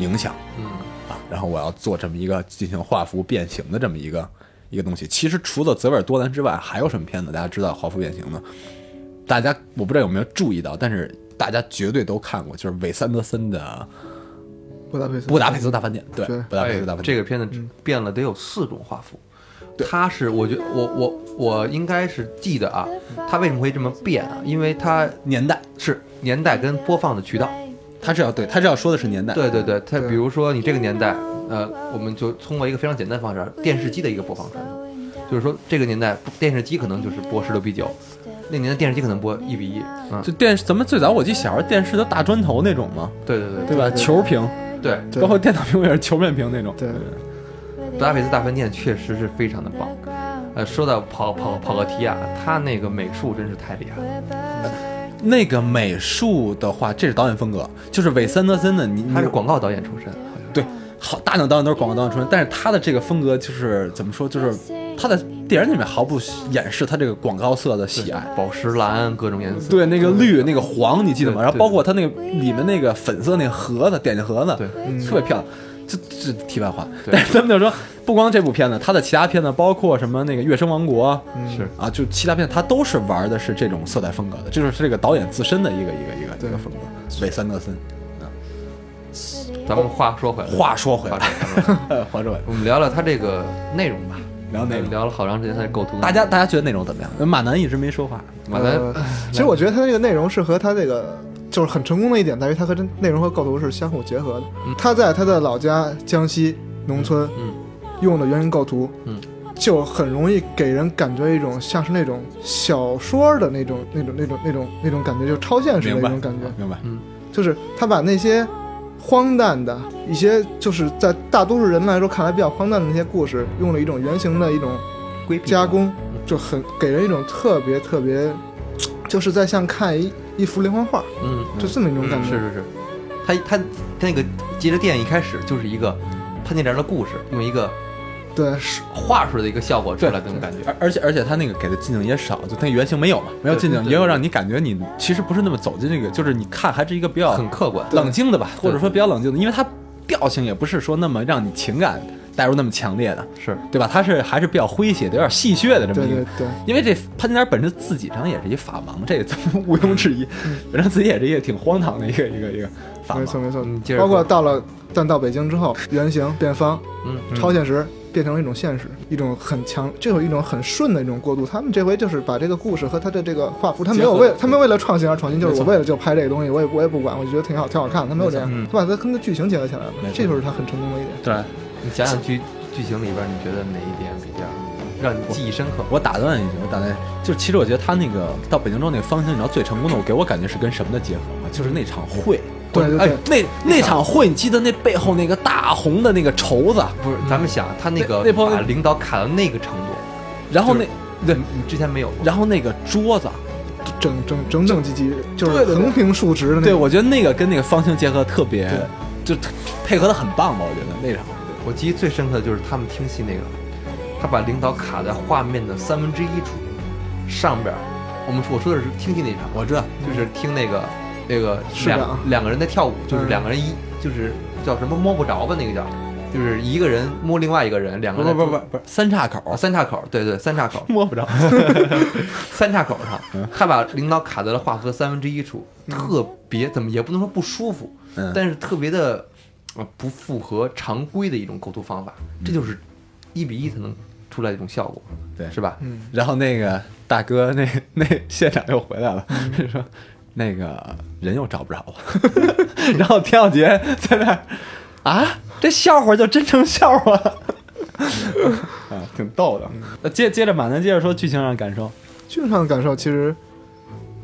Speaker 1: 影响
Speaker 4: 嗯，
Speaker 1: 啊，然后我要做这么一个进行画幅变形的这么一个一个东西。其实除了泽维尔多兰之外，还有什么片子大家知道画幅变形呢？大家我不知道有没有注意到，但是大家绝对都看过，就是韦斯安德森的
Speaker 3: 布达佩斯，
Speaker 1: 《布达佩斯大饭店》。对，
Speaker 3: 对
Speaker 1: 布达佩斯大饭店》
Speaker 4: 哎这个片子变了得有四种画幅。他是，我觉我我我应该是记得啊，他为什么会这么变啊？因为他
Speaker 1: 年代，
Speaker 4: 是年代跟播放的渠道。
Speaker 1: 他是要对，他是要说的是年代。
Speaker 4: 对对对，它
Speaker 3: 对
Speaker 4: 比如说你这个年代，呃，我们就通过一个非常简单的方式，电视机的一个播放传统，就是说这个年代电视机可能就是播十六比九，那年代电视机可能播一比一，嗯，
Speaker 1: 就电视，咱们最早我记得小时候电视都大砖头那种嘛，
Speaker 4: 对对对
Speaker 1: 对吧？
Speaker 3: 对
Speaker 1: 球屏，
Speaker 4: 对，
Speaker 3: 对
Speaker 1: 包括电脑屏幕也是球面屏那种。
Speaker 3: 对
Speaker 4: 布达佩斯大饭店确实是非常的棒。呃，说到跑跑跑个题啊，他那个美术真是太厉害了，
Speaker 1: 那个美术的话，这是导演风格，就是韦森德森的，你
Speaker 4: 他是
Speaker 1: 你
Speaker 4: 广告导演出身，好像
Speaker 1: 对，好大量导演都是广告导演出身，但是他的这个风格就是怎么说，就是他在电影里面毫不掩饰他这个广告色的喜爱。
Speaker 4: 宝石蓝各种颜色，
Speaker 1: 对，那个绿，那个黄，你记得吗？
Speaker 4: 对
Speaker 1: 然后包括它那个里面那个粉色那个盒子，点心盒子，
Speaker 4: 对
Speaker 1: 特别漂亮。这这题外话，
Speaker 4: 对
Speaker 1: 但是咱们就说，不光这部片子，它的其他片子，包括什么那个《月升王国》
Speaker 4: 是
Speaker 1: 啊，就其他片子，它都是玩的是这种色彩风格的，这就是这个导演自身的一个一个一个一个风格。韦三德森。
Speaker 4: 咱们话说回来，
Speaker 1: 话说回
Speaker 4: 话
Speaker 1: 来，
Speaker 4: 说回来，
Speaker 1: 话说回来，
Speaker 4: 我们聊聊他这个内容吧，
Speaker 1: 聊内容
Speaker 4: 聊了好长时间他的构图，
Speaker 1: 大家大家觉得内容怎么样？马南一直没说话，
Speaker 4: 马咱
Speaker 3: 呃其实我觉得他这个内容是和他这个就是很成功的一点在于，他和真内容和构图是相互结合的。他在他的老家江西农村，
Speaker 4: 嗯
Speaker 3: 用的原型构图，
Speaker 4: 嗯
Speaker 3: 就很容易给人感觉一种像是那种小说的那种、那种、那种、那种、那种感觉，就超现实的
Speaker 1: 明
Speaker 3: 那
Speaker 1: 白
Speaker 3: 种感觉。
Speaker 1: 明白？
Speaker 3: 就是他把那些荒诞的一些，就是在大多数人来说看来比较荒诞的那些故事，用了一种原型的一种
Speaker 4: 规避嗯
Speaker 3: 加工，就很给人一种特别特别就是在像看一一幅连环画，
Speaker 2: 嗯，
Speaker 3: 就这么一种感
Speaker 4: 是
Speaker 3: 觉。
Speaker 4: 是是，他他他那个接着电影一开始就是一个潘金莲的故事，用一个嗯
Speaker 3: 对，
Speaker 4: 画出来的一个效果出来的那种感觉。
Speaker 1: 而而且而且他那个给的近景也少，就他原型没有嘛，没有近景
Speaker 4: 对，对
Speaker 1: 也有让你感觉你其实不是那么走进这个，就是你看还是一个比较
Speaker 4: 很客观，
Speaker 1: 冷静的吧，
Speaker 4: 对
Speaker 1: 或者说比较冷静的，因为它调性也不是说那么让你情感带入那么强烈的，
Speaker 4: 是
Speaker 1: 对吧？它是还是比较诙谐的，有点戏谑的这么
Speaker 3: 对
Speaker 1: 一个
Speaker 3: 对。对，
Speaker 1: 因为这潘金莲本身自己上也是 一法盲，这个咱们毋庸置疑，
Speaker 4: 嗯
Speaker 1: 本身自己也是一个挺荒唐的一个一个一个法
Speaker 3: 没错
Speaker 1: 盲。
Speaker 3: 没错
Speaker 4: 你接。着
Speaker 3: 包括
Speaker 4: 说
Speaker 3: 到了，但到北京之后，原型变方，
Speaker 2: 嗯，
Speaker 3: 超现实变成了一种现实，一种很强，这有一种很顺的一种过渡。他们这回就是把这个故事和他的这个画幅，他没有为他没有为了创新而创新，就是我为了就拍这个东西，我也我也不管，我就觉得挺好，挺好看的。他没有这样，他把它跟剧情结合起来了
Speaker 1: 没，错
Speaker 3: 这就是他很成功的一点。
Speaker 2: 对，
Speaker 4: 你想想剧剧情里边，你觉得哪一点比较让你记忆深刻？
Speaker 1: 我打断一句，我打断一句，就是其实我觉得他那个到北京之后那个方向，你知道最成功的，我给我感觉是跟什么的结合吗？就是那场会。
Speaker 3: 对对对
Speaker 1: 哎，那那场会，你记得那背后那个大红的那个绸子，
Speaker 4: 不是，咱们想他那个
Speaker 1: 嗯那那波
Speaker 4: 把领导卡到那个程度，
Speaker 1: 然后
Speaker 4: 就
Speaker 1: 那
Speaker 4: 是
Speaker 1: 对，
Speaker 4: 你你之前没有过。
Speaker 1: 然后那个桌子，
Speaker 3: 整整整整齐齐，就是
Speaker 1: 对对对
Speaker 3: 横平竖直的那
Speaker 1: 对
Speaker 3: 种。
Speaker 1: 我觉得那个跟那个方形结合特别，就特配合的很棒吧，我觉得那场。
Speaker 4: 我记忆最深刻的就是他们听戏那个，他把领导卡在画面的三分之一处，上边儿，我们说我说的是听戏那场，
Speaker 1: 我知道，
Speaker 4: 就是听那个那个
Speaker 3: 是的啊
Speaker 4: 两两个人在跳舞，就是
Speaker 3: 嗯
Speaker 4: 两个人一就是叫什么摸不着吧，那个叫，就是一个人摸另外一个人，两个
Speaker 1: 不
Speaker 4: 人
Speaker 1: 不
Speaker 4: 在
Speaker 1: 不不不，三岔口，
Speaker 4: 啊三岔口，对对，三岔口
Speaker 1: 摸不着。
Speaker 4: 三岔口上，他把领导卡在了画幅三分之一处，特别怎么也不能说不舒服，
Speaker 1: 嗯
Speaker 4: 但是特别的呃不符合常规的一种构图方法，这就是一比一才能出来一种效果，
Speaker 1: 对
Speaker 4: 是吧？
Speaker 3: 嗯，
Speaker 1: 然后那个大哥，那 那现场又回来了，
Speaker 3: 嗯
Speaker 1: 说那个人又找不着了。 然后田小杰在那儿啊，这笑话就真成笑话 了，啊，挺逗的。
Speaker 3: 嗯
Speaker 1: 那接接着马南接着说剧情上感受，
Speaker 3: 剧上的感受其实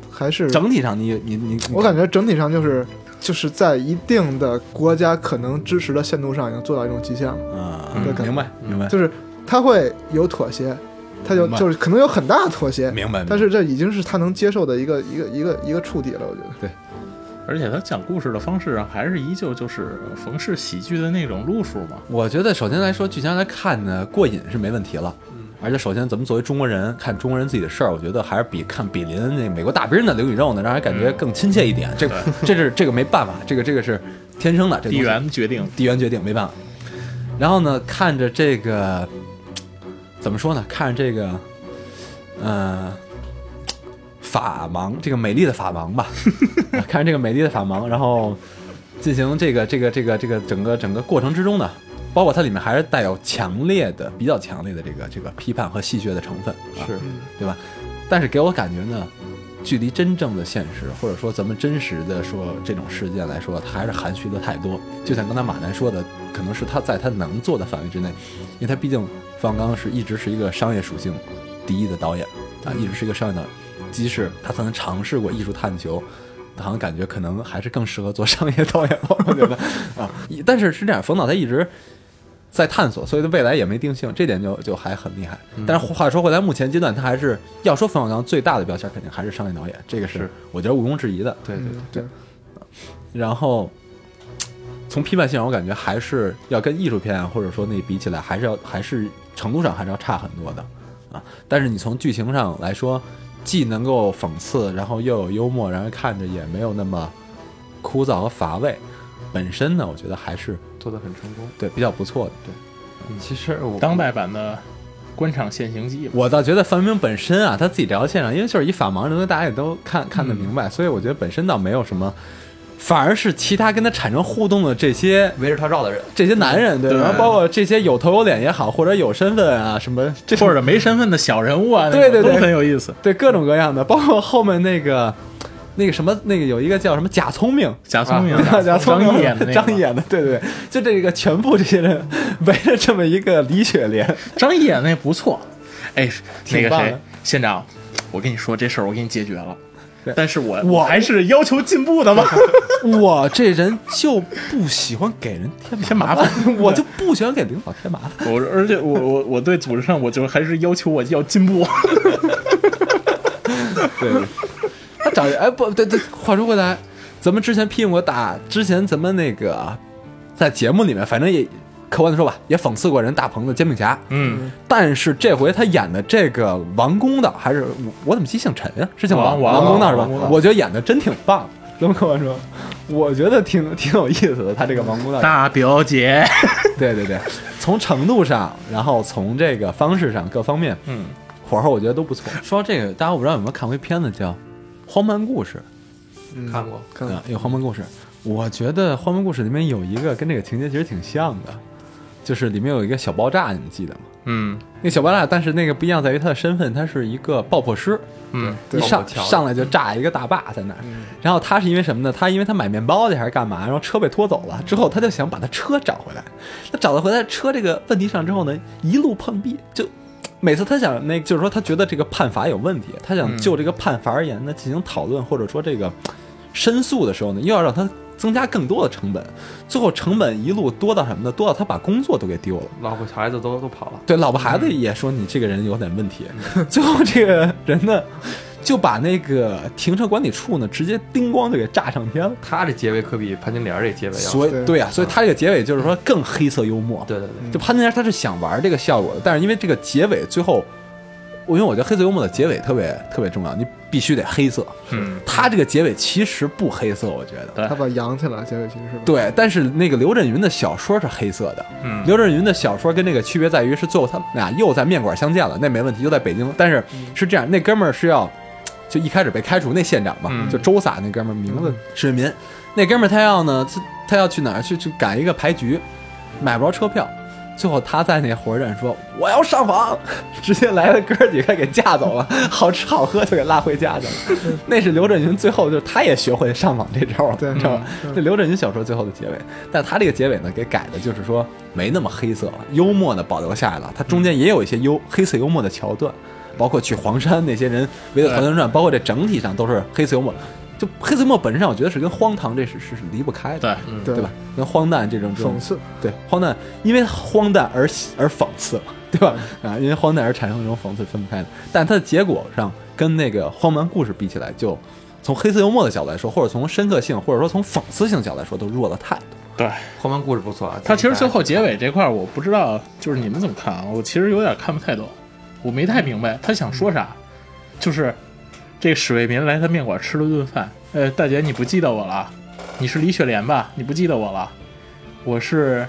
Speaker 3: 还是
Speaker 1: 整体上你你你，你
Speaker 3: 我感觉整体上就是就是在一定的国家可能支持的限度上，已经做到一种极限了。
Speaker 1: 啊
Speaker 3: 对，感嗯
Speaker 1: 明白明白，
Speaker 3: 就是他会有妥协，他有
Speaker 1: 明白
Speaker 3: 就是可能有很大的妥协，
Speaker 1: 明白。明白
Speaker 3: 但是这已经是他能接受的一个一个一个一个触底了，我觉得。
Speaker 2: 而且他讲故事的方式上还是依旧就是呃冯氏喜剧的那种路数嘛。
Speaker 1: 我觉得首先来说，剧情来看呢，过瘾是没问题了。
Speaker 2: 嗯
Speaker 1: 而且首先，咱们作为中国人看中国人自己的事儿，我觉得还是比看比邻那美国大兵的刘宇肉呢，让人
Speaker 2: 嗯
Speaker 1: 感觉更亲切一点。这个这是这个没办法，这个这个是天生的，这个
Speaker 2: 地
Speaker 1: 东西
Speaker 2: 缘决定，
Speaker 1: 地缘决定没办法。然后呢，看着这个怎么说呢？看着这个，呃，法盲，这个美丽的法盲吧，啊看着这个美丽的法盲，然后进行这个这个这个这个整个整个过程之中呢，包括它里面还是带有强烈的、比较强烈的这个这个批判和戏谑的成分，啊、
Speaker 4: 是
Speaker 1: 对吧？但是给我感觉呢，距离真正的现实，或者说咱们真实的说这种事件来说，它还是含蓄的太多。就像刚才马楠说的，可能是他在他能做的范围之内，因为他毕竟方刚是一直是一个商业属性第一的导演啊，一直是一个商业导演，即使他曾经尝试过艺术探求。好像感觉可能还是更适合做商业导演吧，我觉得啊，一但是是这样，冯导他一直在探索，所以未来也没定性，这点就就还很厉害。但是话说回来，目前阶段他还是要说冯小刚最大的标签，肯定还是商业导演，这个是
Speaker 4: 是
Speaker 1: 我觉得毋庸置疑的。
Speaker 4: 对对
Speaker 3: 嗯，对，
Speaker 1: 然后从批判性上，我感觉还是要跟艺术片啊，或者说那比起来，还是要还是程度上还是要差很多的啊。但是你从剧情上来说，既能够讽刺，然后又有幽默，然后看着也没有那么枯燥和乏味。本身呢，我觉得还是
Speaker 4: 做的很成功。
Speaker 1: 对比较不错的。对
Speaker 4: 其实我
Speaker 2: 当代版的官场现形记吧。
Speaker 1: 我倒觉得范冰冰本身啊，她自己聊现场，因为就是一法盲人，大家也都看看得明白，所以我觉得本身倒没有什么，反而是其他跟他产生互动的这些
Speaker 4: 围着他绕的人，
Speaker 1: 这些男人，对吧，
Speaker 2: 对
Speaker 1: 然后包括这些有头有脸也好，或者有身份啊什么，这种
Speaker 2: 或者没身份的小人物啊，
Speaker 1: 对对对
Speaker 2: 都很有意思。
Speaker 1: 对各种各样的，包括后面那个那个什么那个有一个叫什么假聪明。
Speaker 2: 贾 聪明，啊
Speaker 1: 大家聪
Speaker 2: 张
Speaker 1: 明
Speaker 2: 译演的那个，
Speaker 1: 张译啊演的，对对对，就这个全部这些人围着这么一个李雪莲，
Speaker 2: 张译演的那不错。哎，那
Speaker 1: 挺
Speaker 2: 个
Speaker 1: 棒
Speaker 2: 谁
Speaker 1: 的，
Speaker 2: 县长，我跟你说这事儿，我给你解决了
Speaker 1: 对。
Speaker 2: 但是我
Speaker 1: 我
Speaker 2: 还是要求进步 的嘛，
Speaker 1: 我这人就不喜欢给人添
Speaker 2: 添麻烦。
Speaker 1: 烦，我就啊不 喜欢给领导添麻烦。
Speaker 2: 我而且我我我对组织上，我就还是要求我要进步。
Speaker 1: 对，找一哎不对对，话说回来，咱们之前屁股打，之前咱们那个在节目里面，反正也客观的说吧，也讽刺过人大鹏的《煎饼侠》，
Speaker 2: 嗯，
Speaker 1: 但是这回他演的这个王公道还是我我怎么记姓陈啊？是姓
Speaker 2: 王
Speaker 1: 王
Speaker 2: 王
Speaker 1: 公道是吧
Speaker 2: 王公道？
Speaker 1: 我觉得演的真挺棒的。咱们客观说，我觉得挺挺有意思的，他这个王公道演得
Speaker 2: 大表姐，
Speaker 1: 对对对，从程度上，然后从这个方式上各方面，
Speaker 2: 嗯，
Speaker 1: 火候我觉得都不错。说到这个，大家我不知道有没有看过一片子叫《荒蛮故事
Speaker 3: 嗯
Speaker 4: 看过，
Speaker 3: 看》
Speaker 1: 啊，有《荒蛮故事》，我觉得《荒蛮故事》里面有一个跟这个情节其实挺像的，就是里面有一个小爆炸，你们记得吗？
Speaker 2: 嗯
Speaker 1: 那个小爆炸，但是那个不一样在于他的身份，他是一个爆破师，
Speaker 2: 嗯
Speaker 1: 一
Speaker 3: 对
Speaker 1: 上
Speaker 4: 爆破桥嗯
Speaker 1: 上来就炸一个大坝在那儿。然后他是因为什么呢？他因为他买面包去还是干嘛？然后车被拖走了，之后他就想把他车找回来。他找到回来车这个问题上之后呢，一路碰壁，就每次他想那就是说他觉得这个判罚有问题，他想
Speaker 4: 嗯
Speaker 1: 就这个判罚而言呢进行讨论，或者说这个申诉的时候呢，又要让他增加更多的成本，最后成本一路多到什么呢？多到他把工作都给丢了。
Speaker 4: 老婆小孩子都都跑了，
Speaker 1: 对，老婆孩子也说你这个人有点问题。 最后这个人呢，就把那个停车管理处呢直接叮咣就给炸上天了。
Speaker 4: 他这结尾可比潘金莲这结尾要，
Speaker 1: 所以
Speaker 3: 对
Speaker 1: 对啊，所以他这个结尾就是说更黑色幽默。，
Speaker 4: 对对对，
Speaker 1: 就潘金莲他是想玩这个效果的，但是因为这个结尾最后，我因为我觉得黑色幽默的结尾特别特别重要，你必须得黑色。
Speaker 2: 嗯，
Speaker 1: 他这个结尾其实不黑色，我觉得。
Speaker 2: 对
Speaker 3: 他把扬起来，结尾其实是吧？
Speaker 1: 对，但是那个刘震云的小说是黑色的。
Speaker 2: 嗯
Speaker 1: 刘震云的小说跟这个区别在于是最后他们俩又在面馆相见了，那没问题，就在北京。但是
Speaker 3: 嗯
Speaker 1: 是这样，那哥们儿是要就一开始被开除那县长嘛，
Speaker 2: 嗯
Speaker 1: 就周撒那哥们儿名字史民，那哥们儿他要呢，他他要去哪儿去去赶一个牌局，买不着车票。最后他在那火车站说：“我要上访。”直接来了哥几个给架走了， 好吃好喝就给拉回家去了。那是刘震云最后就是他也学会上访这招了，
Speaker 3: 嗯对
Speaker 1: 你知道吧？
Speaker 3: 嗯
Speaker 1: 这刘震云小说最后的结尾，但他这个结尾呢，给改的就是说没那么黑色了，幽默呢保留下来了。它中间也有一些幽黑色幽默的桥段，包括去黄山那些人围着团团转，包括这整体上都是黑色幽默。就黑色幽默本身上，我觉得是跟荒唐这是是是离不开的，
Speaker 2: 对，
Speaker 4: 嗯
Speaker 3: 对
Speaker 1: 对吧？跟荒诞这种这种
Speaker 3: 讽刺，
Speaker 1: 对荒诞，因为荒诞而而讽刺嘛，对吧？啊，因为荒诞而产生这种讽刺分不开的，但它的结果上跟那个《荒蛮故事》比起来，就从黑色幽默的角度来说，或者从深刻性，或者说从讽刺性角度来说，都弱了太多。
Speaker 2: 对
Speaker 4: 荒蛮故事不错啊，
Speaker 2: 他其实最后结尾这块，我不知道就是你们怎么看啊？我其实有点看不太懂，我没太明白他想说啥。就是这史卫民来他面馆吃了顿饭，呃，大姐你不记得我了？你是李雪莲吧？你不记得我了？我是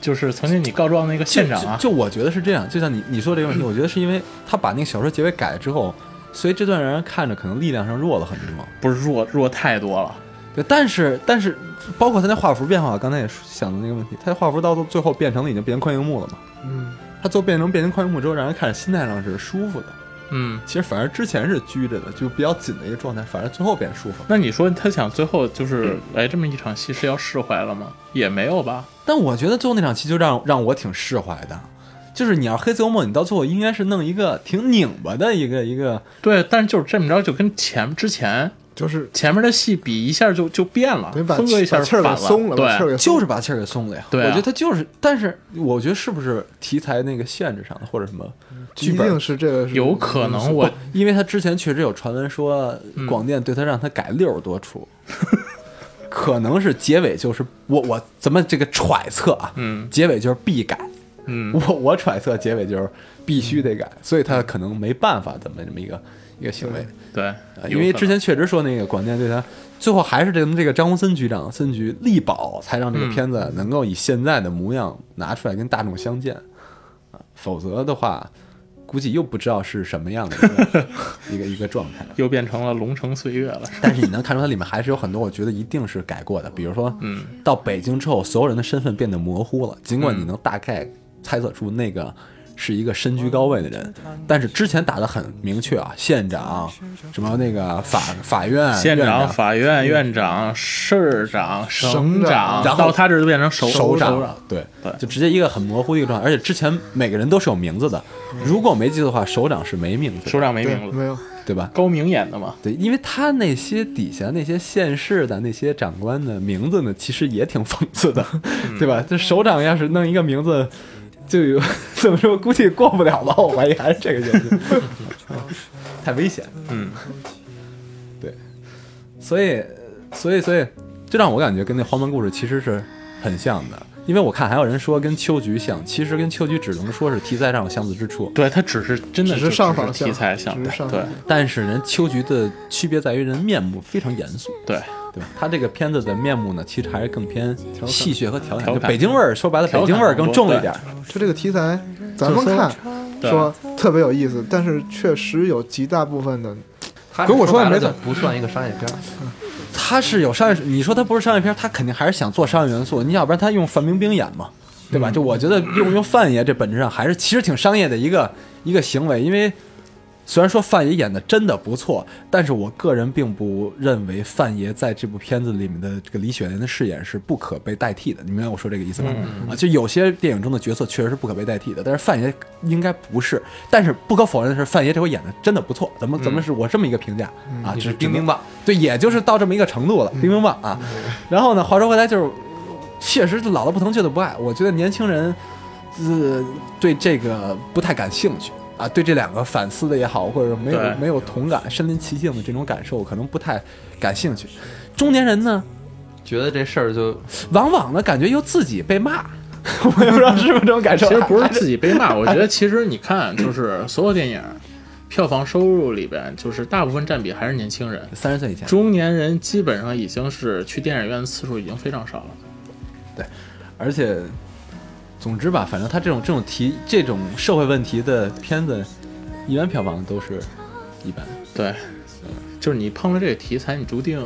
Speaker 2: 就是曾经你告状那个县长啊。
Speaker 1: 就就我觉得是这样，就像你你说这个问题，我觉得是因为他把那个小说结尾改了之后，所以这段让人看着可能力量上弱了很多。
Speaker 2: 不是弱弱太多了。
Speaker 1: 对，但是但是，包括他那画幅变化，我刚才也说想的那个问题，他的画幅到最后变成了已经变成宽银幕了嘛？
Speaker 3: 嗯，
Speaker 1: 他最后变成变成宽银幕之后，让人看着心态上是舒服的。
Speaker 2: 嗯，
Speaker 1: 其实反而之前是拘着的，就比较紧的一个状态，反而最后变舒服。
Speaker 2: 那你说他想最后就是来这么一场戏是要释怀了吗？也没有吧。
Speaker 1: 但我觉得最后那场戏就让让我挺释怀的，就是你要黑色幽默，你到最后应该是弄一个挺拧巴的一个一个，
Speaker 2: 对，但是就是这么着，就跟前之前
Speaker 3: 就是
Speaker 2: 前面的戏比一下就就变了
Speaker 3: 等于，把
Speaker 2: 风格一下
Speaker 3: 把气儿
Speaker 2: 反
Speaker 3: 给松了，把气儿
Speaker 2: 对，
Speaker 3: 给
Speaker 1: 就是是把气儿给松了呀。
Speaker 2: 对啊
Speaker 1: 我觉得他就是，但是我觉得是不是题材那个限制上的，或者什么剧
Speaker 3: 一定
Speaker 1: 本？
Speaker 3: 是这个是
Speaker 2: 有可
Speaker 3: 嗯
Speaker 2: 能我
Speaker 1: 因为他之前确实有传闻说，
Speaker 2: 嗯
Speaker 1: 广电对他让他改六十多出， 可能是结尾就是我我咱们这个揣测啊，
Speaker 2: 嗯
Speaker 1: 结尾就是必改，
Speaker 2: 嗯
Speaker 1: 我我揣测结尾就是必须得改，所以他可能没办法这么这么一个一个行为，
Speaker 3: 啊
Speaker 2: 对
Speaker 1: 呃，因为之前确实说那个广电对他最后还是咱们这个张宏森局长森局力保，才让这个
Speaker 2: 嗯
Speaker 1: 片子能够以现在的模样拿出来跟大众相见，啊否则的话估计又不知道是什么样的一个一个一个状态。
Speaker 2: 又变成了龙城岁月了。
Speaker 1: 但是你能看出它里面还是有很多，我觉得一定是改过的。比如说，
Speaker 2: 嗯，
Speaker 1: 到北京之后，所有人的身份变得模糊了。尽管你能大概猜测出那个是一个身居高位的人，但是之前打得很明确啊，县长，什么那个法法
Speaker 3: 啊
Speaker 1: 院
Speaker 2: 县
Speaker 1: 院
Speaker 2: 长、法院院长、市长、省
Speaker 3: 长
Speaker 1: 然后
Speaker 2: 到他这儿就变成首
Speaker 1: 首
Speaker 2: 长，
Speaker 1: 长，对
Speaker 2: 对
Speaker 1: 就直接一个很模糊的一个状态。而且之前每个人都是有名字的，如果我没记错的话，首长是没名字
Speaker 2: 首
Speaker 1: 的，
Speaker 2: 长没
Speaker 3: 对
Speaker 2: 名字，
Speaker 3: 没有
Speaker 1: 对吧？
Speaker 2: 高明演的嘛。
Speaker 1: 对，因为他那些底下那些县市的那些长官的名字呢，其实也挺讽刺的，对吧？这首长要是弄一个名字，就有怎么说，估计过不了吧？我怀疑还是这个原因，太危险了。
Speaker 2: 嗯，
Speaker 1: 对，所以，所以，所以，这让我感觉跟那荒蛮故事其实是很像的。因为我看还有人说跟秋菊像，其实跟秋菊只能说是题材上有相似之处，
Speaker 2: 对，它只是真的
Speaker 3: 只
Speaker 2: 就是
Speaker 3: 上访
Speaker 2: 题
Speaker 3: 向
Speaker 2: 材像
Speaker 3: 只
Speaker 2: 的
Speaker 3: 是上，
Speaker 2: 对
Speaker 3: 访
Speaker 1: 但是人秋菊的区别在于人面目非常严肃，
Speaker 2: 对，
Speaker 1: 对吧？他这个片子的面目呢，其实还是更偏戏谑和调侃，
Speaker 2: 调
Speaker 1: 就
Speaker 2: 侃
Speaker 1: 北京味儿，说白了，
Speaker 2: 调
Speaker 1: 北
Speaker 2: 侃
Speaker 1: 京味儿更重一
Speaker 2: 对
Speaker 1: 点。
Speaker 3: 就这个题材，咱们看
Speaker 2: 对
Speaker 3: 说特别有意思，但是确实有极大部分的
Speaker 4: 他
Speaker 3: 可我说
Speaker 4: 说
Speaker 3: 的
Speaker 4: 白
Speaker 3: 没
Speaker 4: 了就
Speaker 3: 错
Speaker 4: 不算一个商业片儿，
Speaker 1: 他是有商业，你说他不是商业片，他肯定还是想做商业元素。你要不然他用范冰冰演嘛，对吧？就我觉得用用范爷这本质上还是其实挺商业的一个一个行为，因为虽然说范爷演的真的不错，但是我个人并不认为范爷在这部片子里面的这个李雪莲的饰演是不可被代替的。你明白我说这个意思吗？啊，就有些电影中的角色确实是不可被代替的，但是范爷应该不是。但是不可否认的是，范爷这回演的真的不错。咱们咱们是我这么一个评价啊，
Speaker 4: 你
Speaker 1: 只
Speaker 4: 是冰冰棒，
Speaker 1: 对，也就是到这么一个程度了，冰冰棒啊。然后呢，话说回来，就是确实是老的不疼，旧的不爱。我觉得年轻人，呃，对这个不太感兴趣啊，对这两个反思的也好，或者没有
Speaker 2: 对
Speaker 1: 没有同感、身临其境的这种感受，可能不太感兴趣。中年人呢，
Speaker 4: 觉得这事儿就
Speaker 1: 往往呢感觉又自己被骂， 我也不知道是不是这种感受。
Speaker 2: 其实不是自己被骂，我 觉得其实你看，就是所有电影票房收入里边，就是大部分占比还是年轻人，
Speaker 1: 三十岁以前，
Speaker 2: 中年人基本上已经是去电影院的次数已经非常少了。
Speaker 1: 而且，总之吧，反正他这种这种题、这种社会问题的片子，一般票房都是一般。
Speaker 2: 对，就是你碰了这个题材，你注定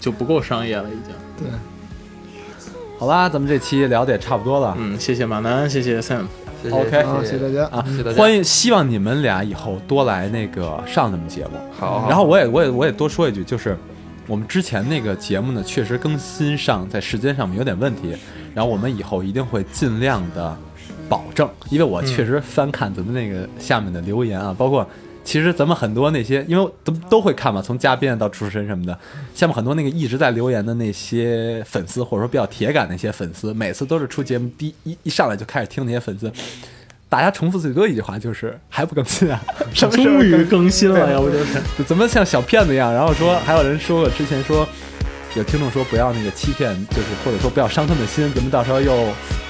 Speaker 2: 就不够商业了，已经。
Speaker 3: 对。
Speaker 1: 好啦，咱们这期聊的也差不多了、
Speaker 2: 嗯，谢谢马南，谢谢 Sam。
Speaker 4: 谢
Speaker 1: OK
Speaker 3: 啊，
Speaker 4: 谢
Speaker 3: 谢谢大家。
Speaker 1: 啊
Speaker 4: 谢谢大，家
Speaker 1: 欢迎，希望你们俩以后多来那个上咱们节目。
Speaker 4: 好，好
Speaker 1: 然后我也我也我也多说一句，就是我们之前那个节目呢，确实更新上在时间上面有点问题，然后我们以后一定会尽量的保证，因为我确实翻看咱们那个下面的留言啊，包括。其实咱们很多那些，因为都都会看嘛，从嘉宾到主持人什么的，下面很多那个一直在留言的那些粉丝，或者说比较铁杆的那些粉丝，每次都是出节目第一一上来就开始听那些粉丝，大家重复最多一句话就是还不更新啊，什么时候
Speaker 2: 终
Speaker 1: 更新
Speaker 2: 于更新了，要不就是
Speaker 1: 就怎么像小骗子一样？然后说 还有人说过，之前说有听众说不要那个欺骗，就是或者说不要伤他们的心，咱们到时候又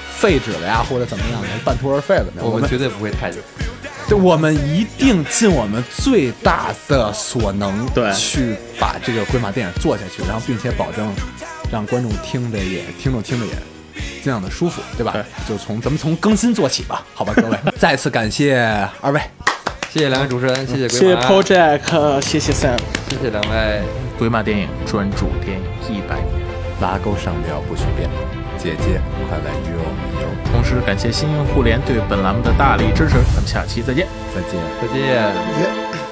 Speaker 1: 废纸了呀，或者怎么样的，半途而废了呢？我
Speaker 4: 我们
Speaker 1: 们
Speaker 4: 绝对不会太久，
Speaker 1: 对，我们一定尽我们最大的所能，
Speaker 2: 对
Speaker 1: 去把这个鬼马电影做下去，然后并且保证让观众听的也听众听的也。尽量的舒服，对吧？
Speaker 2: 对
Speaker 1: 就从咱们从更新做起吧，好吧， 各位。再次感谢二位，
Speaker 4: 谢谢两位主持人，谢谢
Speaker 2: 谢
Speaker 4: 鬼
Speaker 2: 谢
Speaker 4: 马，
Speaker 2: Project，谢谢 Sam。
Speaker 4: 谢谢两位。
Speaker 2: 鬼马电影专注电影一百年。
Speaker 1: 拉钩上吊不许变，姐姐快来与我们游。
Speaker 2: 同时感谢新英互联对本栏目的大力支持，咱们下期再见。
Speaker 1: 再见。
Speaker 4: 再见。
Speaker 3: 耶